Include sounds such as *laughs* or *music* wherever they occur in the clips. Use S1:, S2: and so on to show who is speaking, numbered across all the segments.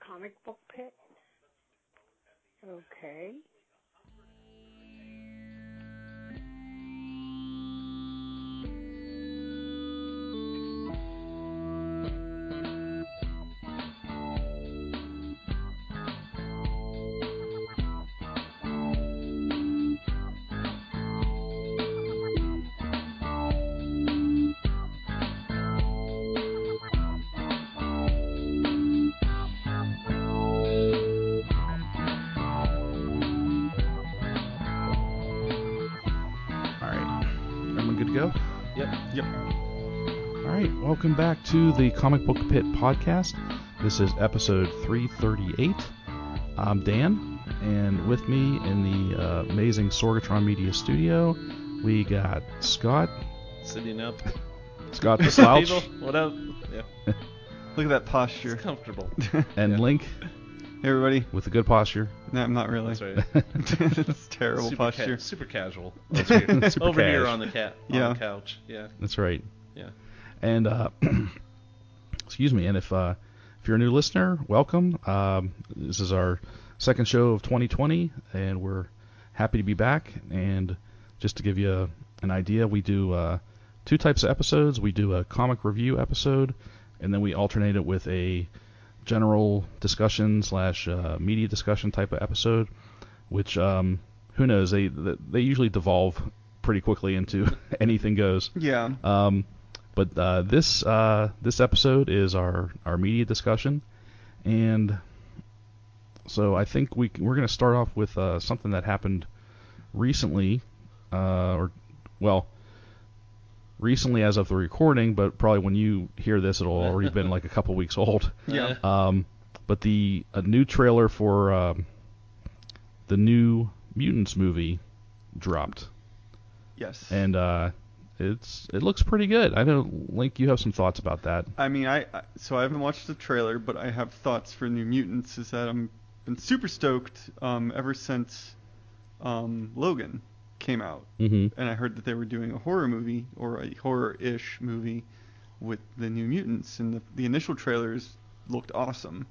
S1: comic book pit? Okay.
S2: All right. Everyone good to go?
S3: Yep. Yep.
S2: All right. Welcome back to the Comic Book Pit podcast. This is episode 338. I'm Dan, and with me in the uh, amazing Sorgatron Media studio, we got Scott,
S3: Sitting up.
S2: Scott
S3: *laughs*
S2: the *laughs* Slouch,
S3: People, what up? Yeah.
S4: Look at that posture.
S3: It's
S2: *laughs*
S3: comfortable.
S2: and
S3: Yeah.
S2: Link
S4: Hey, everybody.
S2: with a good posture. *laughs*
S4: No, I'm not really.
S3: That's
S4: *laughs*
S3: right.
S4: it's terrible
S3: super
S4: posture.
S3: Ca- super casual. That's weird.
S2: *laughs* Super
S3: Over here
S2: cash.
S3: on the cat
S4: Yeah.
S3: on the couch. Yeah.
S2: That's right.
S3: Yeah.
S2: And uh, *clears throat* excuse me. And if uh, if you're a new listener, welcome. Um, this is our second show of 2020, and we're happy to be back. And just to give you an idea, we do uh, two types of episodes. We do a comic review episode, and then we alternate it with a general discussion slash uh, media discussion type of episode. Which um, who knows? They they usually devolve pretty quickly into *laughs* anything goes.
S4: Yeah.
S2: Um, but uh, this uh, this episode is our our media discussion, and so I think we c- we're going to start off with uh, something that happened recently, uh, or well, recently as of the recording, but probably when you hear this, it'll already been like a couple weeks old.
S3: Uh,
S4: Yeah.
S2: Um, but the a new trailer for um, the new Mutants movie dropped
S4: yes.
S2: and uh, it's it looks pretty good. I know Link, you have some thoughts about that.
S4: I mean, I, I so I haven't watched the trailer, but I have thoughts for New Mutants. Is that I'm been super stoked um, ever since um, Logan came out,
S2: Mm-hmm.
S4: and I heard that they were doing a horror movie or a horror-ish movie with the New Mutants, and the, the initial trailers looked awesome.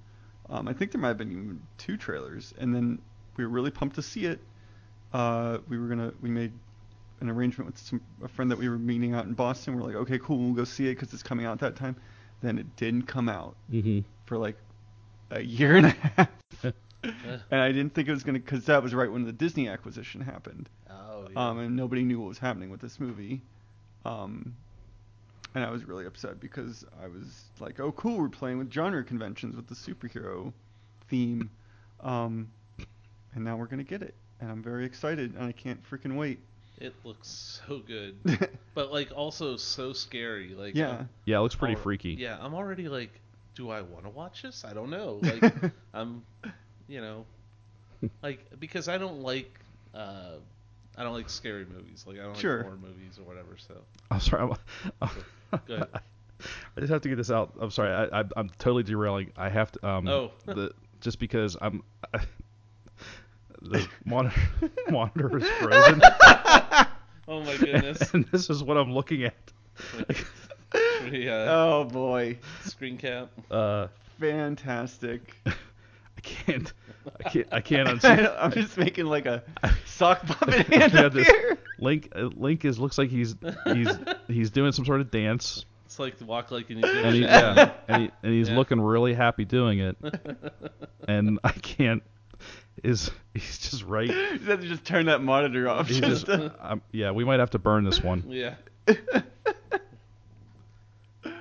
S4: Um, I think there might have been even two trailers, and then we were really pumped to see it. Uh, we were gonna we made an arrangement with some a friend that we were meeting out in Boston. We're like, okay, cool, we'll go see it because it's coming out that time. Then it didn't come out
S2: Mm-hmm.
S4: for like a year and a *laughs* half, and I didn't think it was gonna because that was right when the Disney acquisition happened,
S3: Oh yeah.
S4: um, and nobody knew what was happening with this movie. Um, and I was really upset because I was like, oh, cool, we're playing with genre conventions with the superhero theme, um, and now we're gonna get it, and I'm very excited, and I can't freaking wait. *laughs*
S3: it looks so good,
S2: *laughs*
S3: but like also so scary. Like
S4: yeah.
S3: I'm
S2: Yeah, it looks pretty
S3: al-
S2: freaky.
S3: Oh, Yeah, I'm already like, do I want to watch this? I don't
S2: *laughs*
S3: know. Like I'm, you know, like because I don't like. uh I don't like scary movies. Like I don't
S4: Sure.
S3: like horror movies or whatever. So
S2: I'm sorry. I'm, *laughs*
S3: go ahead.
S2: I just have to get this out. I'm sorry. I, I, I'm totally derailing. I have to. Um,
S3: Oh.
S2: *laughs* the, just because I'm. *laughs*
S3: *laughs*
S2: the monitor, *laughs* monitor is frozen,
S3: *laughs*
S2: *laughs*
S3: Oh my goodness.
S2: and this is what I'm looking at.
S3: We, uh,
S4: *laughs* oh boy,
S3: screen cap.
S2: Uh,
S4: fantastic!
S2: I can't. I can't.
S3: *laughs*
S2: I can't
S4: *laughs*
S2: unsee.
S4: I'm just making like a
S2: *laughs*
S4: sock puppet *laughs* hand
S2: Yeah,
S4: up
S2: this-
S4: here.
S2: Link. uh, Link is looks like he's he's he's doing some sort of dance.
S3: It's like the walk like an Egyptian.
S4: *laughs*
S2: and, he, yeah, and, he, and he's
S3: Yeah.
S2: looking really happy doing it. and I can't. Is he's just right?
S4: You have to just turn that monitor off.
S2: He's
S4: Just, *laughs*
S2: just. um, yeah, we might have to burn this one.
S3: Yeah.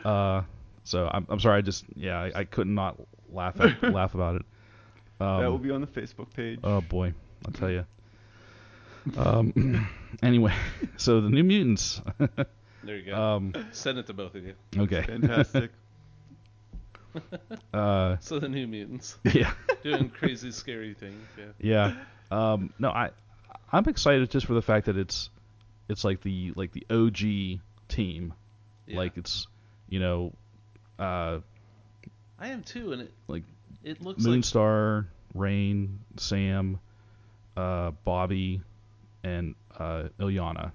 S2: Uh, so I'm, I'm sorry. I just yeah, I, I could not laugh
S4: *laughs*
S2: at, laugh about it. Um,
S4: that will be on the Facebook page.
S2: Oh boy, I'll tell you. Um, *clears throat* anyway, *laughs* so the New Mutants.
S3: There you go.
S2: um,
S3: Send it to both of you. *laughs*
S2: okay.
S4: Fantastic. *laughs*
S2: Uh,
S3: So the new mutants
S2: yeah.
S3: doing crazy, scary things. Yeah.
S2: Yeah. Um, no, I I'm excited just for the fact that it's it's like the like the OG team.
S3: Yeah.
S2: Like it's you know uh
S3: I am too, and it
S2: like
S3: it looks like
S2: Moonstar, Rain, Sam, uh Bobby and uh Ilyana.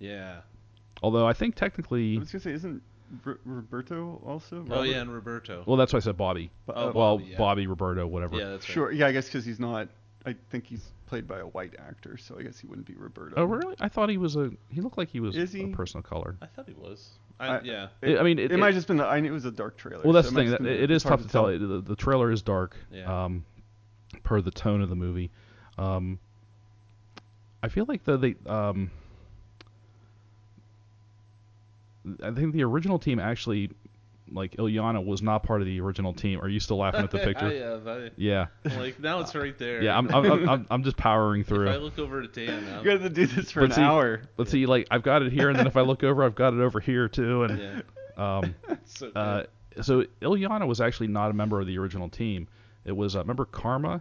S3: yeah.
S2: Although I think
S4: I
S2: technically
S4: was gonna say, isn't R- Roberto also.
S3: Oh
S4: Robert-
S3: yeah, and Roberto.
S2: Well, that's why I said Bobby.
S4: Bo-
S3: oh,
S4: uh,
S3: Bob-
S2: well,
S3: Bobby, yeah.
S2: Bobby Roberto, whatever.
S3: yeah, that's right.
S4: sure. Yeah, I guess because he's not. I think he's played by a white actor, so I guess he wouldn't be Roberto.
S2: Oh, really? I thought he was a. He looked like he was
S4: Is
S2: a
S4: he?
S2: person of color.
S3: I thought he was. I,
S4: I-
S3: yeah,
S2: I- I mean, it-
S4: it,
S2: it-
S4: might have just been. The, I knew it was a dark trailer.
S2: Well, that's
S4: so
S2: the thing.
S4: might just
S2: That,
S4: been-
S2: it is
S4: it's
S2: tough to
S4: hard
S2: tell. The, the trailer is dark,
S3: Yeah.
S2: um, per the tone of the movie. Um, I feel like the, the um, I think the original team actually, like Ilyana, was not part of the original team. Are you still laughing
S3: *laughs*
S2: at the picture?
S3: I, uh, I-
S2: yeah,
S3: I'm like now it's right there.
S2: yeah. I'm, I'm, I'm- I'm, I'm just
S3: *laughs*
S2: powering
S3: If I
S2: through.
S3: look over at Dan, I'm,
S4: You had to do this for
S2: But
S4: an
S2: see-
S4: hour.
S2: Let's see, like I've got it here, and then if I look over, I've got it over here too, and
S3: *laughs* yeah,
S2: um.
S3: it's so good.
S2: Uh, so Ilyana was actually not a member of the original team. It was uh, remember Karma.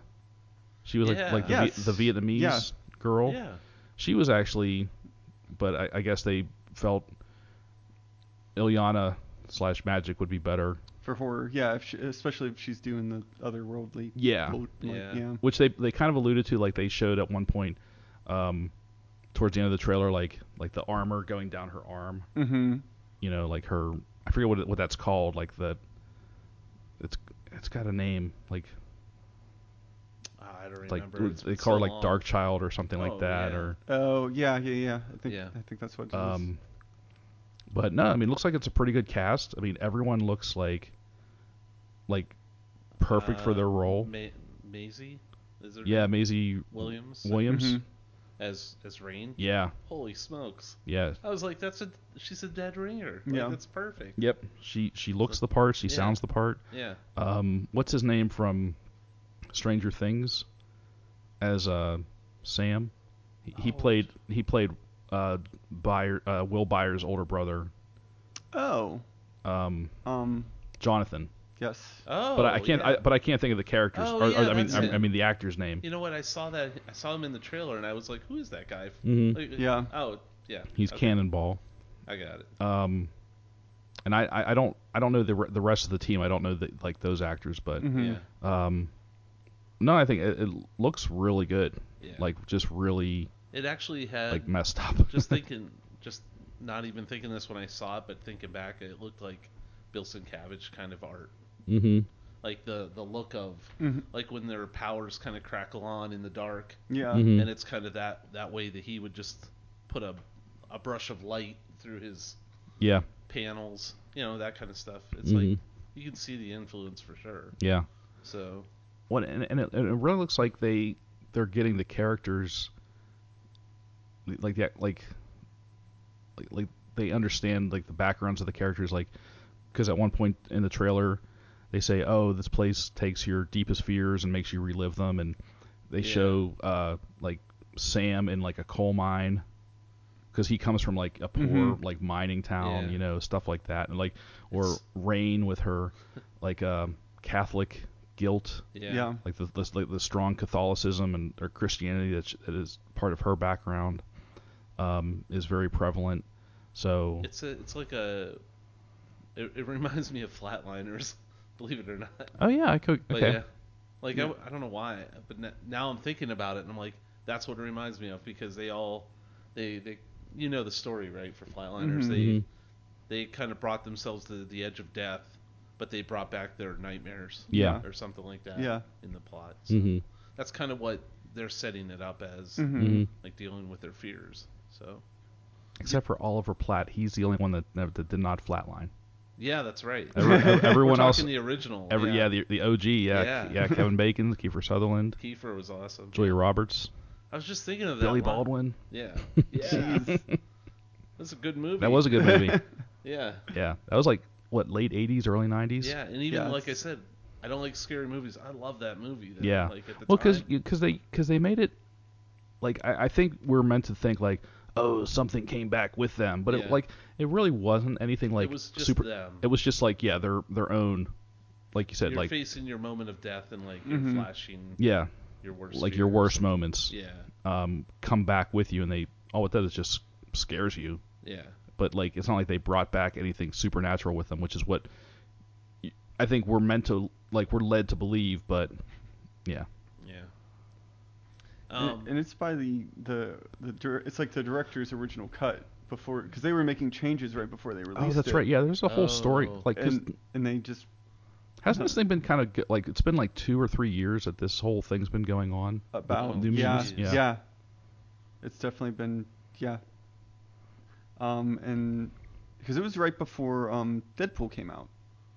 S2: She was like, like the,
S3: Yeah.
S2: Vi- the
S4: Yes.
S2: Vietnamese
S4: Yeah.
S2: girl.
S3: yeah,
S2: She was actually, but I, I guess they felt Ilyana slash Magic would be better.
S4: for horror. Yeah, if she, especially if she's doing the otherworldly.
S2: Yeah.
S4: lo- like,
S3: Yeah.
S4: yeah.
S2: Which they they kind of alluded to, like they showed at one point, um, towards the end of the trailer, like like the armor going down her arm.
S4: Mm-hmm.
S2: You know, like her. I forget what it, what that's called. Like the. It's it's got a name like
S3: Ah, I don't
S2: like
S3: remember.
S2: w-
S3: It's
S2: they
S3: been
S2: call
S3: so
S2: her like
S3: long.
S2: Dark Child or something
S3: Oh,
S2: like that,
S3: yeah.
S2: or
S4: Oh yeah, yeah, yeah. I think
S3: Yeah.
S4: I think that's what it is.
S2: um. But no, I mean, looks like it's a pretty good cast. I mean, everyone looks like, like, perfect for
S3: Uh,
S2: their role.
S3: Ma- Maisie, is there?
S2: Yeah, Maisie
S3: Williams.
S2: Williams.
S4: Mhm.
S3: as as Rain.
S2: Yeah,
S3: Holy smokes!
S2: yeah,
S3: I was like, that's a she's a dead ringer. Like,
S4: Yeah.
S3: that's perfect.
S2: yep. She she looks the part. She
S3: Yeah.
S2: sounds the part.
S3: Yeah,
S2: Um, what's his name from Stranger Things? As uh, Sam, he, he
S3: Oh.
S2: played he played uh, Byer, uh, Will Byers' older brother,
S4: Oh.
S2: um,
S4: Um.
S2: Jonathan.
S4: Yes.
S3: Oh,
S2: but I, I can't.
S3: yeah.
S2: I, but I can't think of the characters.
S3: Oh,
S2: or, or-
S3: yeah,
S2: I mean,
S3: that's
S2: I,
S3: it.
S2: I mean the actor's name.
S3: you know what? I saw that. I saw him in the trailer, and I was like, "Who is that guy?"
S2: Mhm.
S3: Like,
S4: Yeah.
S3: Oh, yeah.
S2: He's
S3: okay,
S2: Cannonball.
S3: I got it.
S2: Um, and I, I, I don't I don't know the re- the rest of the team. I don't know the, like those actors, but
S4: Mhm.
S3: Uh, Yeah.
S2: um, no, I think it, it looks really good.
S3: Yeah.
S2: Like just really
S3: it actually had.
S2: like messed up.
S3: just
S2: *laughs*
S3: thinking, just not even thinking this when I saw it, but thinking back, it looked like Bill Sienkiewicz kind of art,
S2: mm-hmm.
S3: like the the look of
S4: Mhm.
S3: like when their powers kind of crackle on in the dark.
S4: Yeah.
S2: Mhm.
S3: uh, and it's kind of that that way that he would just put a a brush of light through his
S2: Yeah.
S3: panels, you know, that kind of stuff. It's like
S2: Mhm.
S3: you can see the influence for sure.
S2: Yeah.
S3: So
S2: What and, and, it, and it really looks like they they're getting the characters like that like like, like they understand like the backgrounds of the characters like because at one point in the trailer they say oh this place takes your deepest fears and makes you relive them and they
S3: Yeah.
S2: show uh like Sam in like a coal mine because he comes from like a poor
S4: Mhm.
S2: like mining town
S3: Mm-hmm. Yeah.
S2: you know stuff like that and like or
S3: It's-
S2: Rain with her like um Catholic guilt
S3: yeah,
S4: Yeah.
S2: like the, the like the strong Catholicism and or Christianity that, sh- that is part of her background um, is very prevalent. So
S3: it's a it's like a it, it reminds me of Flatliners, *laughs* believe it or not.
S2: oh yeah, I could
S3: But
S2: okay.
S3: yeah, like I
S4: Yeah.
S3: w- I, don't know why, but n- now I'm thinking about it and I'm like, that's what it reminds me of because they all they they you know the story right for Flatliners
S4: Mhm.
S3: they.
S2: Mhm.
S3: they kind of brought themselves to the edge of death, but they brought back their nightmares.
S2: Yeah.
S3: Or something like that.
S4: Yeah.
S3: In the plot. So
S2: Mhm.
S3: That's kind of what they're setting it up as,
S4: Mhm.
S2: Mhm.
S3: like dealing with their fears. So.
S2: Except for Oliver Platt, he's the only one that that did not
S3: *laughs*
S2: flatline.
S3: Yeah, that's right.
S2: Every- ev- everyone
S3: *laughs* We're
S2: *laughs* else-
S3: talking the original.
S2: Every yeah, the, the OG yeah
S3: Yeah.
S2: yeah, Kevin Bacon, Kiefer Sutherland,
S3: Kiefer was awesome.
S2: Julia Roberts,
S3: I was just thinking of that.
S2: Billy
S3: one.
S2: Baldwin.
S3: *laughs* Yeah.
S2: *laughs*
S3: Yeah.
S2: Mm-hmm.
S4: Jeez.
S3: that's a good movie.
S2: That was a good
S3: *laughs*
S2: movie.
S3: Yeah.
S2: yeah, that was like what late '80s, early '90s.
S3: Yeah, and even
S4: Yeah,
S3: like I
S4: it's-
S3: said, I don't like scary movies. I love that movie. Though.
S2: Yeah.
S3: Like at the
S2: Well,
S3: time.
S2: because they because they made it like I, I think we're meant to think like oh something came back with them, but
S3: Yeah.
S2: it like it really wasn't anything like
S3: it was just
S2: super.
S3: them.
S2: It was just like yeah, their their own, like you said,
S3: you're
S2: like
S3: facing your moment of death and like you're
S4: Mhm.
S3: flashing
S2: yeah,
S3: your worst
S2: like your
S3: fears.
S2: worst moments
S3: yeah
S2: um come back with you, and they all it does is just scares you.
S3: yeah
S2: But like it's not like they brought back anything supernatural with them, which is what y- I think we're meant to like we're led to believe, but yeah,
S3: yeah
S4: And-
S3: um
S4: and it's by the the the dir- it's like the director's original cut. before because they were making changes right before they released
S2: Oh, that's
S4: it.
S2: right. Yeah, there's a whole story.
S3: Oh.
S2: Like, 'cause
S4: And and they just
S2: hasn't this thing been kind of like it's been like two or three years that this whole thing's been going on?
S4: about
S2: New
S4: yeah,
S2: Mutants, yeah.
S4: yeah it's definitely been yeah um and because it was right before um deadpool came out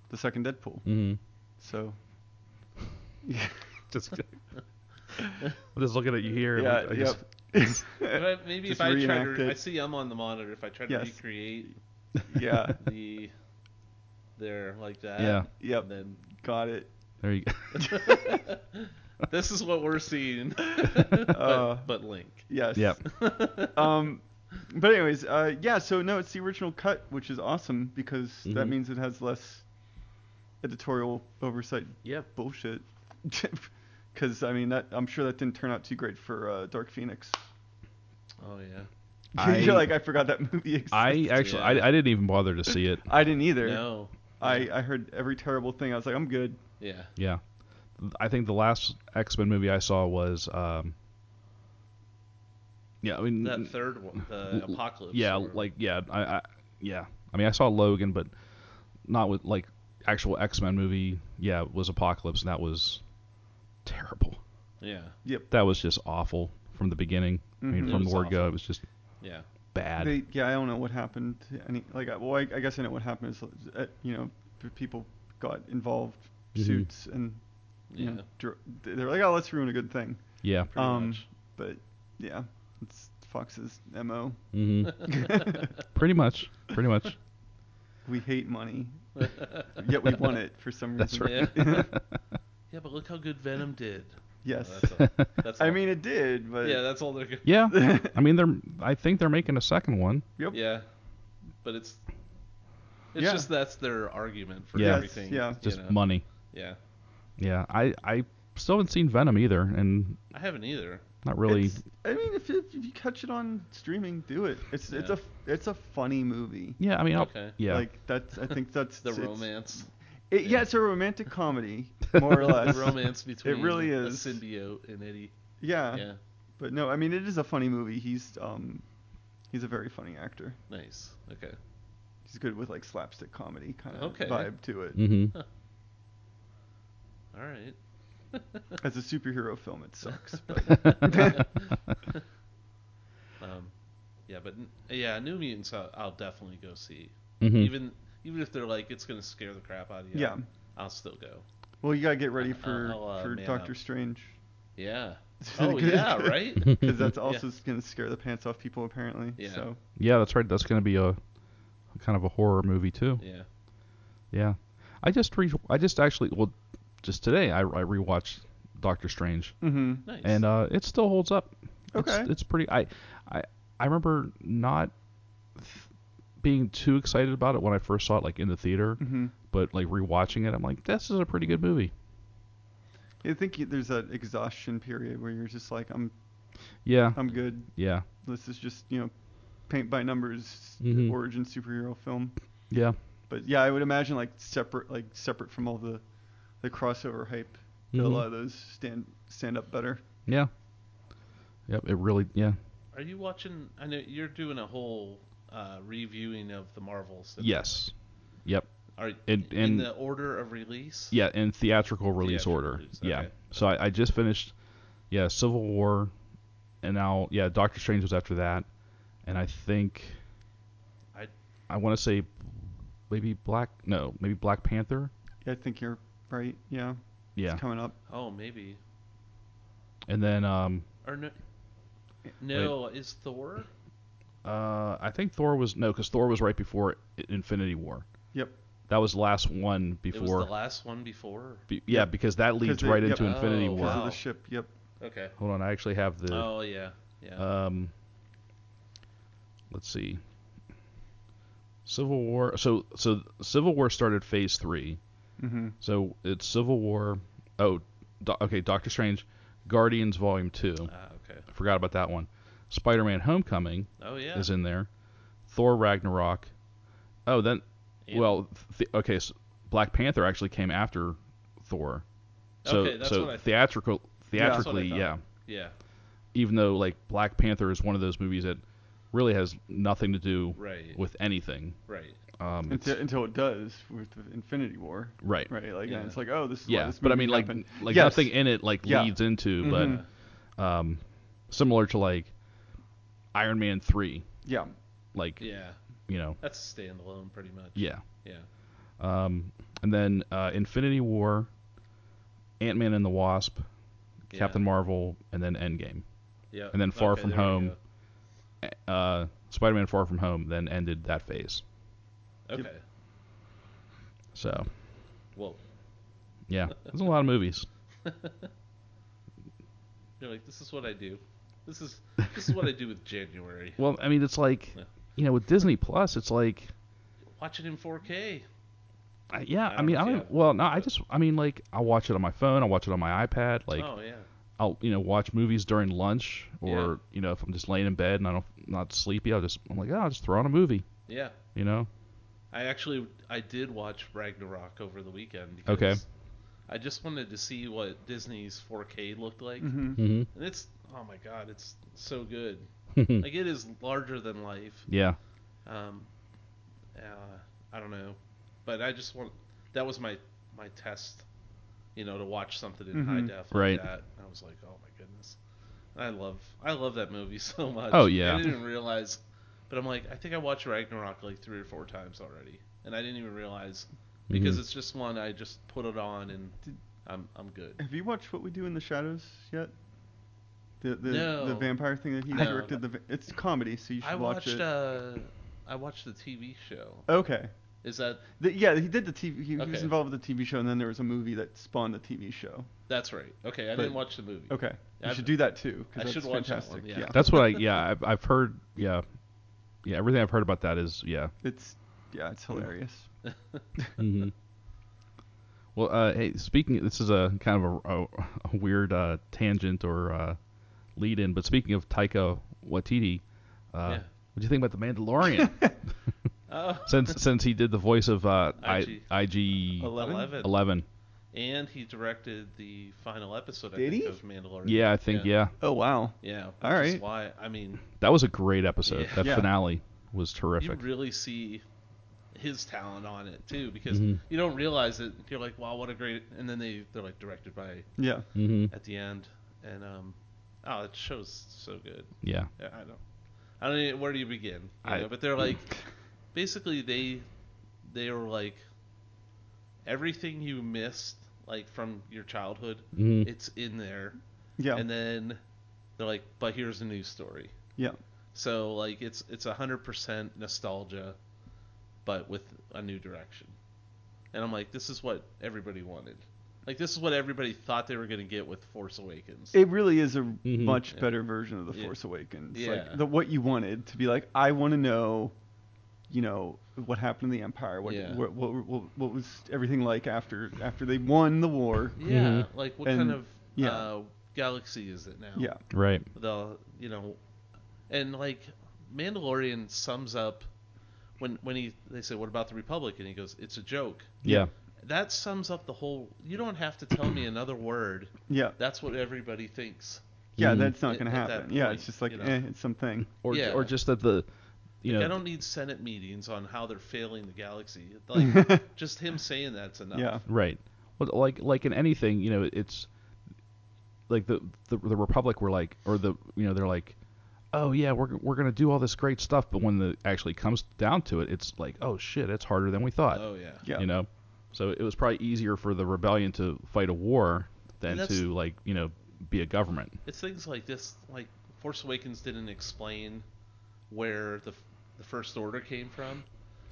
S4: the second deadpool
S2: Mm-hmm.
S4: so yeah
S2: *laughs* Just, I'm just looking at you here.
S4: yeah
S2: I just-
S3: But
S4: yep. *laughs*
S3: I- maybe
S4: Just
S3: if I try
S4: reenact
S3: to,
S4: it.
S3: I see I'm on the monitor. If I try to
S4: Yes.
S3: recreate
S4: yeah
S3: the, there like that.
S2: Yeah.
S4: Yep.
S3: and
S4: got it
S2: There you go.
S3: then this is what we're seeing, *laughs* but,
S4: Uh.
S3: but Link.
S4: yes
S2: Yep.
S4: um but anyways uh yeah so no it's the original cut which is awesome because that
S2: Mhm.
S4: means it has less editorial oversight
S3: Yep.
S4: bullshit. *laughs* Because I mean, that I'm sure that didn't turn out too great for uh, Dark Phoenix. *laughs*
S3: Oh yeah.
S2: I-
S4: You're like, I forgot that movie existed.
S2: I actually,
S3: Yeah.
S2: I, I didn't even bother to see it.
S4: I didn't either.
S3: No.
S4: I I heard every terrible thing. I was like, I'm good.
S3: Yeah.
S2: Yeah, I think the last X Men movie I saw was, um, yeah, I mean,
S3: That third one, the
S2: L-
S3: apocalypse.
S2: yeah,
S3: or-
S2: like yeah, I, I, yeah, I mean, I saw Logan, but not with like actual X Men movie. Yeah, it was Apocalypse, and that was terrible.
S3: Yeah.
S2: That was just awful from the beginning. I mean,
S4: Mhm.
S3: Mm-hmm. It
S2: from the
S3: was
S2: word go,
S3: awful.
S2: it was just
S3: Yeah.
S2: bad.
S4: They, yeah, I don't know what happened. To any like, I- well, I, I guess I know what happened is, uh, you know, p- people got involved
S2: Mhm.
S4: suits and you
S3: Yeah.
S4: know, dr- they're like, oh, let's ruin a good thing.
S2: yeah.
S3: Pretty
S4: um,
S3: much.
S4: But yeah, it's Fox's mo.
S2: hmm
S3: *laughs*
S2: pretty much. Pretty much. *laughs*
S4: We
S3: *laughs*
S4: hate money, yet we want it for some
S2: That's
S4: reason.
S2: right.
S4: *laughs*
S3: Yeah. yeah, but look how good Venom did.
S4: Yes. *laughs*
S3: Oh, *laughs* that's all, that's
S4: I
S3: all-
S4: mean, it did, but
S3: yeah, that's all they're good.
S2: Yeah.
S4: *laughs*
S2: I mean, they're. I think they're making a second one.
S4: Yep.
S3: Yeah, but it's it's
S4: Yeah.
S3: just that's their argument for
S2: Yeah.
S3: everything.
S4: Yes, yeah.
S3: you
S2: Just
S3: know?
S2: money.
S3: Yeah,
S2: Yeah. I. I still haven't seen Venom either, and
S3: I haven't either.
S2: not really.
S4: It's- I mean, if, you- if you catch it on streaming, do it. It's it's
S3: Yeah.
S4: a it's a funny movie.
S2: Yeah. I mean. I'll,
S3: Okay.
S2: Yeah.
S4: Like that's I think that's
S3: *laughs* The
S4: it's- *laughs*
S3: romance,
S4: It,
S3: yeah.
S4: yeah, it's a
S3: *laughs*
S4: romantic comedy, more or
S3: the
S4: less.
S3: romance between
S4: really
S3: a
S4: is. Uh-huh.
S3: symbiote and Eddie.
S4: Yeah,
S3: yeah,
S4: but no, I mean it is a funny movie. He's um, he's a very funny actor.
S3: nice. Okay,
S4: He's good with like slapstick comedy kind of
S3: Okay.
S4: vibe to it.
S2: hmm
S3: all right.
S4: As a superhero film,
S3: *laughs*
S4: it sucks. But
S3: Um, yeah, but n- yeah, New Mutants, I'll, I'll definitely go see.
S2: hmm
S3: Even even if they're like it's gonna scare the crap out of you.
S4: yeah,
S3: I'll still go.
S4: well, you gotta get ready
S3: I'll-
S4: for
S3: I'll, uh,
S4: for
S3: man
S4: Doctor
S3: up.
S4: Strange.
S3: Yeah. Oh
S4: *laughs*
S3: yeah, right. *laughs*
S4: Because that's
S3: Yeah.
S4: also gonna scare the pants off people apparently.
S3: Yeah.
S4: So
S2: yeah. That's right. That's going to be a kind of a horror movie too.
S3: Yeah.
S2: Yeah. I just re. I just actually. Well, just today I, I rewatched Doctor Strange.
S4: hmm
S3: Nice.
S2: and uh, it still holds up. It's-
S4: Okay.
S2: it's, pretty. I, I I remember not th- being too excited about it when I first saw it, like in the theater,
S4: hmm
S2: but like rewatching it, I'm like, this is a pretty good movie.
S4: I think y- there's that exhaustion period where you're just like, I'm,
S2: Yeah,
S4: I'm good.
S2: yeah,
S4: This is just, you know, paint by numbers
S2: Mhm.
S4: origin superhero film.
S2: yeah.
S4: But yeah, I would imagine like separate, like separate from all the, the crossover hype, that a
S2: Mhm.
S4: lot of those stand stand up better.
S2: Yeah. Yep. It really. Yeah.
S3: Are you watching? I know you're doing a whole uh, reviewing of the Marvels.
S2: Yes. Yep.
S3: Are
S2: And-
S3: in
S2: and-
S3: the order of release?
S2: Yeah. In theatrical release
S3: Theatrical
S2: order.
S3: release,
S2: Yeah.
S3: okay.
S2: So I, I just finished. Yeah, Civil War, and now yeah, Doctor Strange was after that, and I think.
S3: I-
S2: I want to say, maybe Black. No, maybe Black Panther.
S4: Yeah, I think you're right. Yeah,
S2: Yeah,
S4: it's coming up.
S3: Oh, maybe.
S2: and then um,
S3: Or no? No, is Thor?
S2: uh, I think Thor was no, because Thor was right before I- Infinity War.
S4: Yep.
S2: That was the last one
S3: It was
S2: before.
S3: the last one before.
S2: be- yeah, because that leads
S4: they-
S2: right
S4: yep.
S2: into Infinity
S3: Oh,
S2: War.
S4: Because of
S3: Wow.
S4: the ship. Yep.
S3: Okay.
S2: Hold on, I actually have the.
S3: Oh yeah, yeah.
S2: Um, let's see. Civil War. So so Civil War started Phase Three.
S4: hmm
S2: So it's Civil War. Oh, do, okay. Doctor Strange, Guardians Volume Two.
S3: ah, okay.
S2: I forgot about that one. Spider-Man: Homecoming
S3: Oh yeah.
S2: is in there. Thor Ragnarok. Oh, then
S3: And-
S2: Well, th- okay, so Black Panther actually came after Thor. So,
S3: Okay, that's
S2: so
S3: what I thought.
S2: theatrical,
S4: Yeah, that's
S3: what I
S2: theatrically, yeah,
S3: thought. yeah.
S2: Even though like Black Panther is one of those movies that really has nothing to do
S3: Right.
S2: with anything.
S3: Right.
S2: Um, it's-
S4: until, until it does with the Infinity War,
S2: right.
S4: right? Like
S3: Yeah.
S4: and it's like oh this is why
S2: Yeah,
S4: this
S2: but I
S4: movie
S2: mean, like,
S4: happened.
S2: like
S4: Yes.
S2: nothing in it like
S4: Yeah.
S2: leads into,
S3: Uh,
S4: Mhm.
S2: but um, similar to like Iron Man three,
S4: yeah,
S2: like
S3: Yeah.
S2: you know,
S3: That's a standalone, pretty much.
S2: yeah.
S3: Yeah.
S2: Um, and then uh, Infinity War, Ant Man and the Wasp,
S3: Yeah.
S2: Captain Marvel, and then Endgame.
S3: Yeah.
S2: and then Far From
S3: there we
S2: Home.
S3: go.
S2: Uh, Spider Man Far From Home then ended that phase.
S3: Okay.
S2: So
S3: Well,
S2: yeah, there's a lot of movies.
S3: you're like, this is what I do. This is this is what I do with
S2: *laughs*
S3: January.
S2: Well, I mean, it's like
S3: Yeah.
S2: you know, with Disney Plus, it's like
S3: Watch it in 4K.
S2: I- yeah.
S3: I
S2: I,
S3: don't
S2: mean,
S3: know
S2: I
S3: if you
S2: don't.
S3: have-
S2: Well, no, I just I mean, like I watch it on my phone. I watch it on my iPad. Like
S3: oh yeah.
S2: I'll you know watch movies during lunch or
S3: Yeah.
S2: you know if I'm just laying in bed and I don't not sleepy, I'll just I'm like oh, I'll just throw on a movie.
S3: Yeah.
S2: You know,
S3: I actually I did watch Ragnarok over the weekend. Because
S2: Okay.
S3: I just wanted to see what Disney's 4K looked like,
S2: *laughs*
S4: hmm
S2: mm-hmm.
S3: and it's oh my god, it's so good. Like it is larger than life.
S2: yeah,
S3: Um, uh, I don't know, but I just want that was my my test, you know, to watch something in high
S4: Mhm.
S3: def like
S2: Right.
S3: that. And I was like, oh my goodness, I love I love that movie *laughs* so much.
S2: Oh, yeah.
S3: I didn't even realize, but I'm like, I think I watched Ragnarok like three or four times already, and I didn't even realize
S4: Mm-hmm.
S3: because
S2: Mhm.
S3: it's just one I just put it on and
S4: Did-
S3: I'm I'm good.
S4: Have you watched What We Do in the Shadows yet? The the, the
S3: No.
S4: vampire thing that he
S3: No.
S4: directed. The va- it's comedy, so you should
S3: I
S4: watch
S3: watched
S4: it.
S3: uh, I watched the TV show.
S4: okay.
S3: Is that
S4: The, yeah, he did the TV. He, he was
S3: Okay.
S4: involved with the TV show, and then there was a movie that spawned the TV show.
S3: that's right? Okay, I
S4: But-
S3: didn't watch the movie.
S4: Okay, you
S3: I've-
S4: should do that too. 'cause
S3: I
S4: that's
S3: should watch that
S4: fantastic.
S3: one, yeah. *laughs*
S2: that's what I yeah I've, I've heard yeah yeah everything I've heard about that is yeah.
S4: It's yeah, it's hilarious.
S2: Mm-hmm. Well, uh, hey, speaking this is a kind of a, a, a weird uh, tangent or uh, lead in, but speaking of Taika Waititi, uh,
S3: Yeah.
S2: what do you think about
S3: *laughs*
S2: the Mandalorian? *laughs*
S3: Oh. Oh,
S2: since since he did the voice of uh,
S3: IG.
S2: I, IG
S4: Eleven?
S3: 11.
S2: Eleven,
S3: And he directed the final episode, I
S4: Did
S3: think,
S4: he?
S3: of Mandalorian.
S2: yeah, I think yeah,
S4: Oh wow.
S3: Yeah. Which
S4: All
S3: is
S4: right.
S3: why, I mean,
S2: that was a great episode.
S3: Yeah.
S2: That
S4: Yeah.
S2: finale was
S3: you
S2: terrific.
S3: really see his talent on it, too, because
S2: Mhm.
S3: you don't realize it. You're like, wow, what a great. And then they, they're like directed by
S4: Yeah.
S2: hmm
S3: at the end. And, um, oh, it show's so good.
S2: Yeah,
S3: I I don't. I don't even, where do you begin? You
S2: I-
S3: know, but they're
S2: *laughs*
S3: like, basically they, they were like, everything you missed like from your childhood,
S2: hmm
S3: it's in there.
S4: Yeah.
S3: and then they're like, "But here's a news story."
S4: yeah.
S3: So like it's it's hundred percent nostalgia, but with a new direction. And I'm like, this is what everybody wanted. Like this is what everybody thought they were gonna get with Force Awakens.
S4: It really is a much
S3: Mm-hmm. Yeah.
S4: better version of the
S3: Yeah.
S4: Force Awakens.
S3: Yeah.
S4: Like the, what you wanted to be like. I want to know, you know, what happened to the Empire. What,
S3: Yeah.
S4: what, what what what was everything like after after they won the war?
S3: yeah. Like what
S4: Mm-hmm. And-
S3: kind of
S4: yeah.
S3: uh, galaxy is it now?
S4: Yeah.
S2: right.
S3: the you know and like Mandalorian sums up when when he they say what about the republic and he goes it's a joke
S2: Yeah.
S3: that sums up the whole you don't have to tell me another word
S4: Yeah.
S3: that's what everybody thinks
S4: Yeah.
S2: Mhm.
S4: That's not
S3: Mm-hmm. At-
S4: gonna
S3: at that
S4: happen. yeah.
S3: point,
S4: It's just like
S3: you know.
S4: eh, it's something.
S2: Or
S3: Yeah.
S2: or just that the you
S3: Like,
S2: know
S3: I don't need senate meetings on how they're failing the galaxy like
S4: *laughs*
S3: just him saying that's enough
S4: Yeah.
S2: Right. Well, like like in anything, you know, it's like the the, the Republic were like, or the you know, they're like, oh yeah, we're we're gonna do all this great stuff, but when the actually comes down to it, it's like, oh shit, it's harder than we thought.
S3: oh yeah
S4: Yeah.
S2: You know, so it was probably easier for the rebellion to fight a war than
S3: And that's-
S2: to like you know be a government.
S3: it's things like this like Force Awakens didn't explain where the the first order came from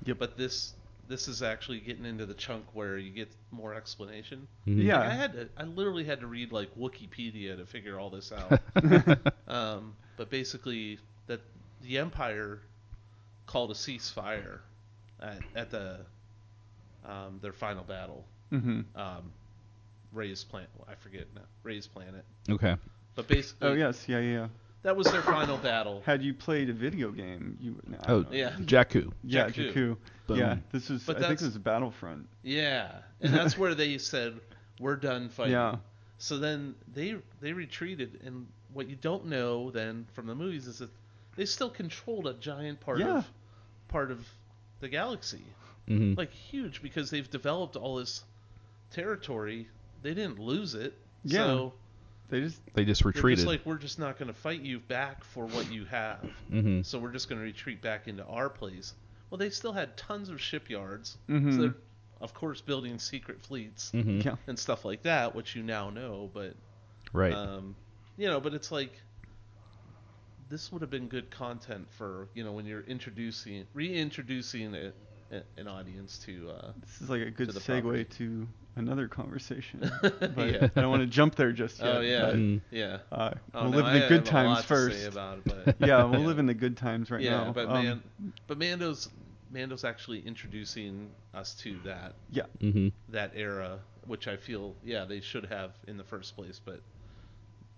S4: Yeah.
S3: but this this is actually getting into the chunk where you get more explanation.
S4: Yeah.
S3: Like, I had to, I literally had to read like Wikipedia to figure all this out. um, but basically, that the Empire called a ceasefire at, at the um, their final battle,
S4: Mm-hmm.
S3: um, Ray's planet. I forget now, Ray's planet.
S2: *laughs* Okay.
S3: But basically,
S4: Oh yes. Yeah. Yeah. yeah.
S3: that was their final battle.
S4: Had you played a video game, you would know.
S2: Oh
S3: Yeah.
S2: Jakku.
S4: Yeah,
S3: Jakku.
S4: Jakku. Yeah,
S2: Boom.
S4: this is.
S3: But
S4: I think
S3: that's-
S4: this is Battlefront.
S3: Yeah, and that's where they said we're done fighting.
S4: Yeah.
S3: So then they they retreated, and what you don't know then from the movies is that they still controlled a giant part
S4: Yeah.
S3: of part of the galaxy,
S2: hmm
S3: like huge, because they've developed all this territory. They didn't lose it,
S4: Yeah.
S3: so
S4: They just
S2: they just
S3: they're
S2: retreated.
S3: just like we're just not going to fight you back for what you have.
S2: hmm
S3: So we're just going to retreat back into our place. Well, they still had tons of shipyards,
S4: Mhm.
S3: so they're of course building secret fleets
S2: Mm-hmm. hmm
S4: yeah.
S3: and stuff like that, which you now know, but.
S2: Right.
S3: Um, you know, but it's like this would have been good content for you know when you're introducing, reintroducing a, a, an audience to. Uh,
S4: This is like a good
S3: the
S4: segue
S3: property.
S4: to
S3: *laughs*
S4: another conversation. but
S3: Yeah.
S4: I don't want to jump there just yet.
S3: Oh yeah,
S4: but,
S2: Mm.
S3: yeah.
S4: uh,
S3: Oh,
S4: we'll
S3: no,
S4: live
S3: I
S4: in the
S3: have
S4: good
S3: a
S4: times
S3: lot to
S4: first.
S3: say about it, but,
S4: *laughs* yeah,
S3: *laughs*
S4: we'll
S3: yeah.
S4: live in the good times right
S3: yeah,
S4: now.
S3: but
S4: Um,
S3: man, but Mando's Mando's actually introducing us to that
S2: hmm
S3: that era, which I feel yeah they should have in the first place, but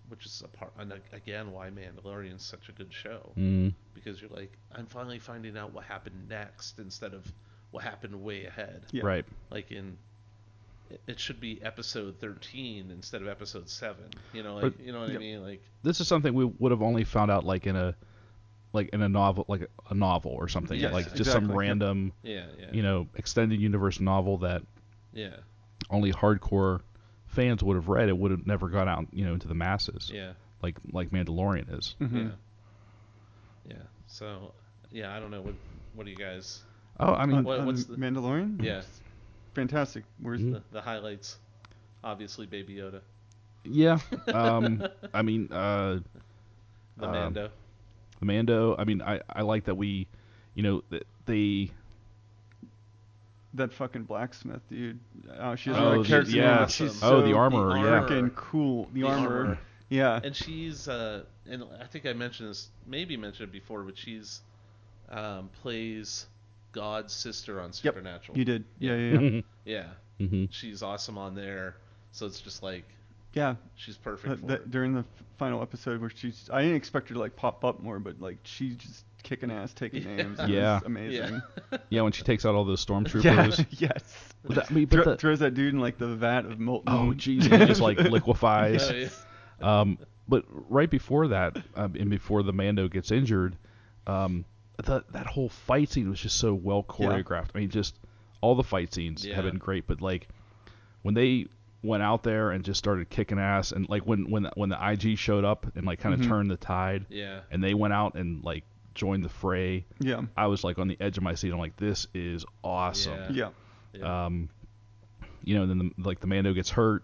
S3: which is a part and ag- again why Mandalorian's such a good show.
S2: mm
S3: because you're like, I'm finally finding out what happened next instead of what happened way ahead.
S4: Yeah.
S2: Right.
S3: Like in, it- it should be episode 13 instead of episode seven. You know, like
S2: But-
S3: you know what
S4: Yep.
S3: I mean? Like,
S2: This is something we would have only found out like in a like in a novel like a novel or something
S3: Yes,
S2: like just some
S4: exactly.
S2: random
S3: yeah, yeah,
S2: you know extended universe novel that
S3: yeah,
S2: only hardcore fans would have read. It would have never gone out you know into the masses
S3: yeah,
S2: like like Mandalorian is.
S4: Mhm.
S3: yeah, yeah. So, yeah, I don't know. What, what do you guys?
S2: Oh, I mean,
S4: On-
S3: what-
S4: on
S3: what's the-
S4: uh, Mandalorian?
S3: Yeah,
S4: Fantastic. Where's
S2: Mhm.
S3: the, the highlights. Obviously, Baby Yoda,
S2: yeah. Um, I mean, uh,
S3: the
S2: Um,
S3: Mando.
S2: the Mando. I mean, I I like that we, you know, th- they
S4: that fucking blacksmith dude? Oh, she's
S3: Oh,
S4: another
S3: the-
S4: character. name,
S2: yeah.
S4: but She's
S2: Oh,
S4: so
S2: the armorer, yeah.
S4: Freaking cool. The,
S3: The
S4: armorer.
S3: armor.
S4: Yeah.
S3: and she's uh and I think I mentioned this maybe mentioned it before, but she's um plays God's sister on Supernatural.
S4: You did. Yeah, yeah,
S2: Mm-hmm.
S4: yeah.
S3: Yeah.
S2: hmm
S3: She's awesome on there. So it's just like
S4: yeah.
S3: she's perfect
S4: That,
S3: for
S4: that,
S3: it.
S4: during the final episode where she's, I didn't expect her to like pop up more, but like she's just kicking ass, taking
S3: Yeah. *laughs*
S4: names. It was
S2: Yeah.
S4: amazing.
S2: Yeah, when she takes out all those
S4: *laughs* Yeah.
S2: stormtroopers. *laughs*
S4: *laughs* yes.
S2: But that- I mean,
S4: Thro-
S2: but the-
S4: throws that dude in like the vat of molten.
S2: oh, jeez, and it just like liquefies.
S3: Oh, yeah.
S2: Um, but right before that, um, and before the Mando gets injured, um, the, that whole fight scene was just so well
S4: Yeah.
S2: choreographed. I mean, just all the fight scenes
S3: Yeah.
S2: have been great. But like when they went out there and just started kicking ass, and like when when when the IG showed up and like kind of
S4: Mhm.
S3: Mm-hmm.
S2: turned the tide,
S3: *laughs* yeah.
S2: and they went out and like joined the fray.
S4: Yeah.
S2: I was like on the edge of my seat. I'm like, this is awesome.
S3: Yeah.
S4: Yeah.
S3: Yeah.
S2: Um, you know, and then the, like the Mando gets hurt,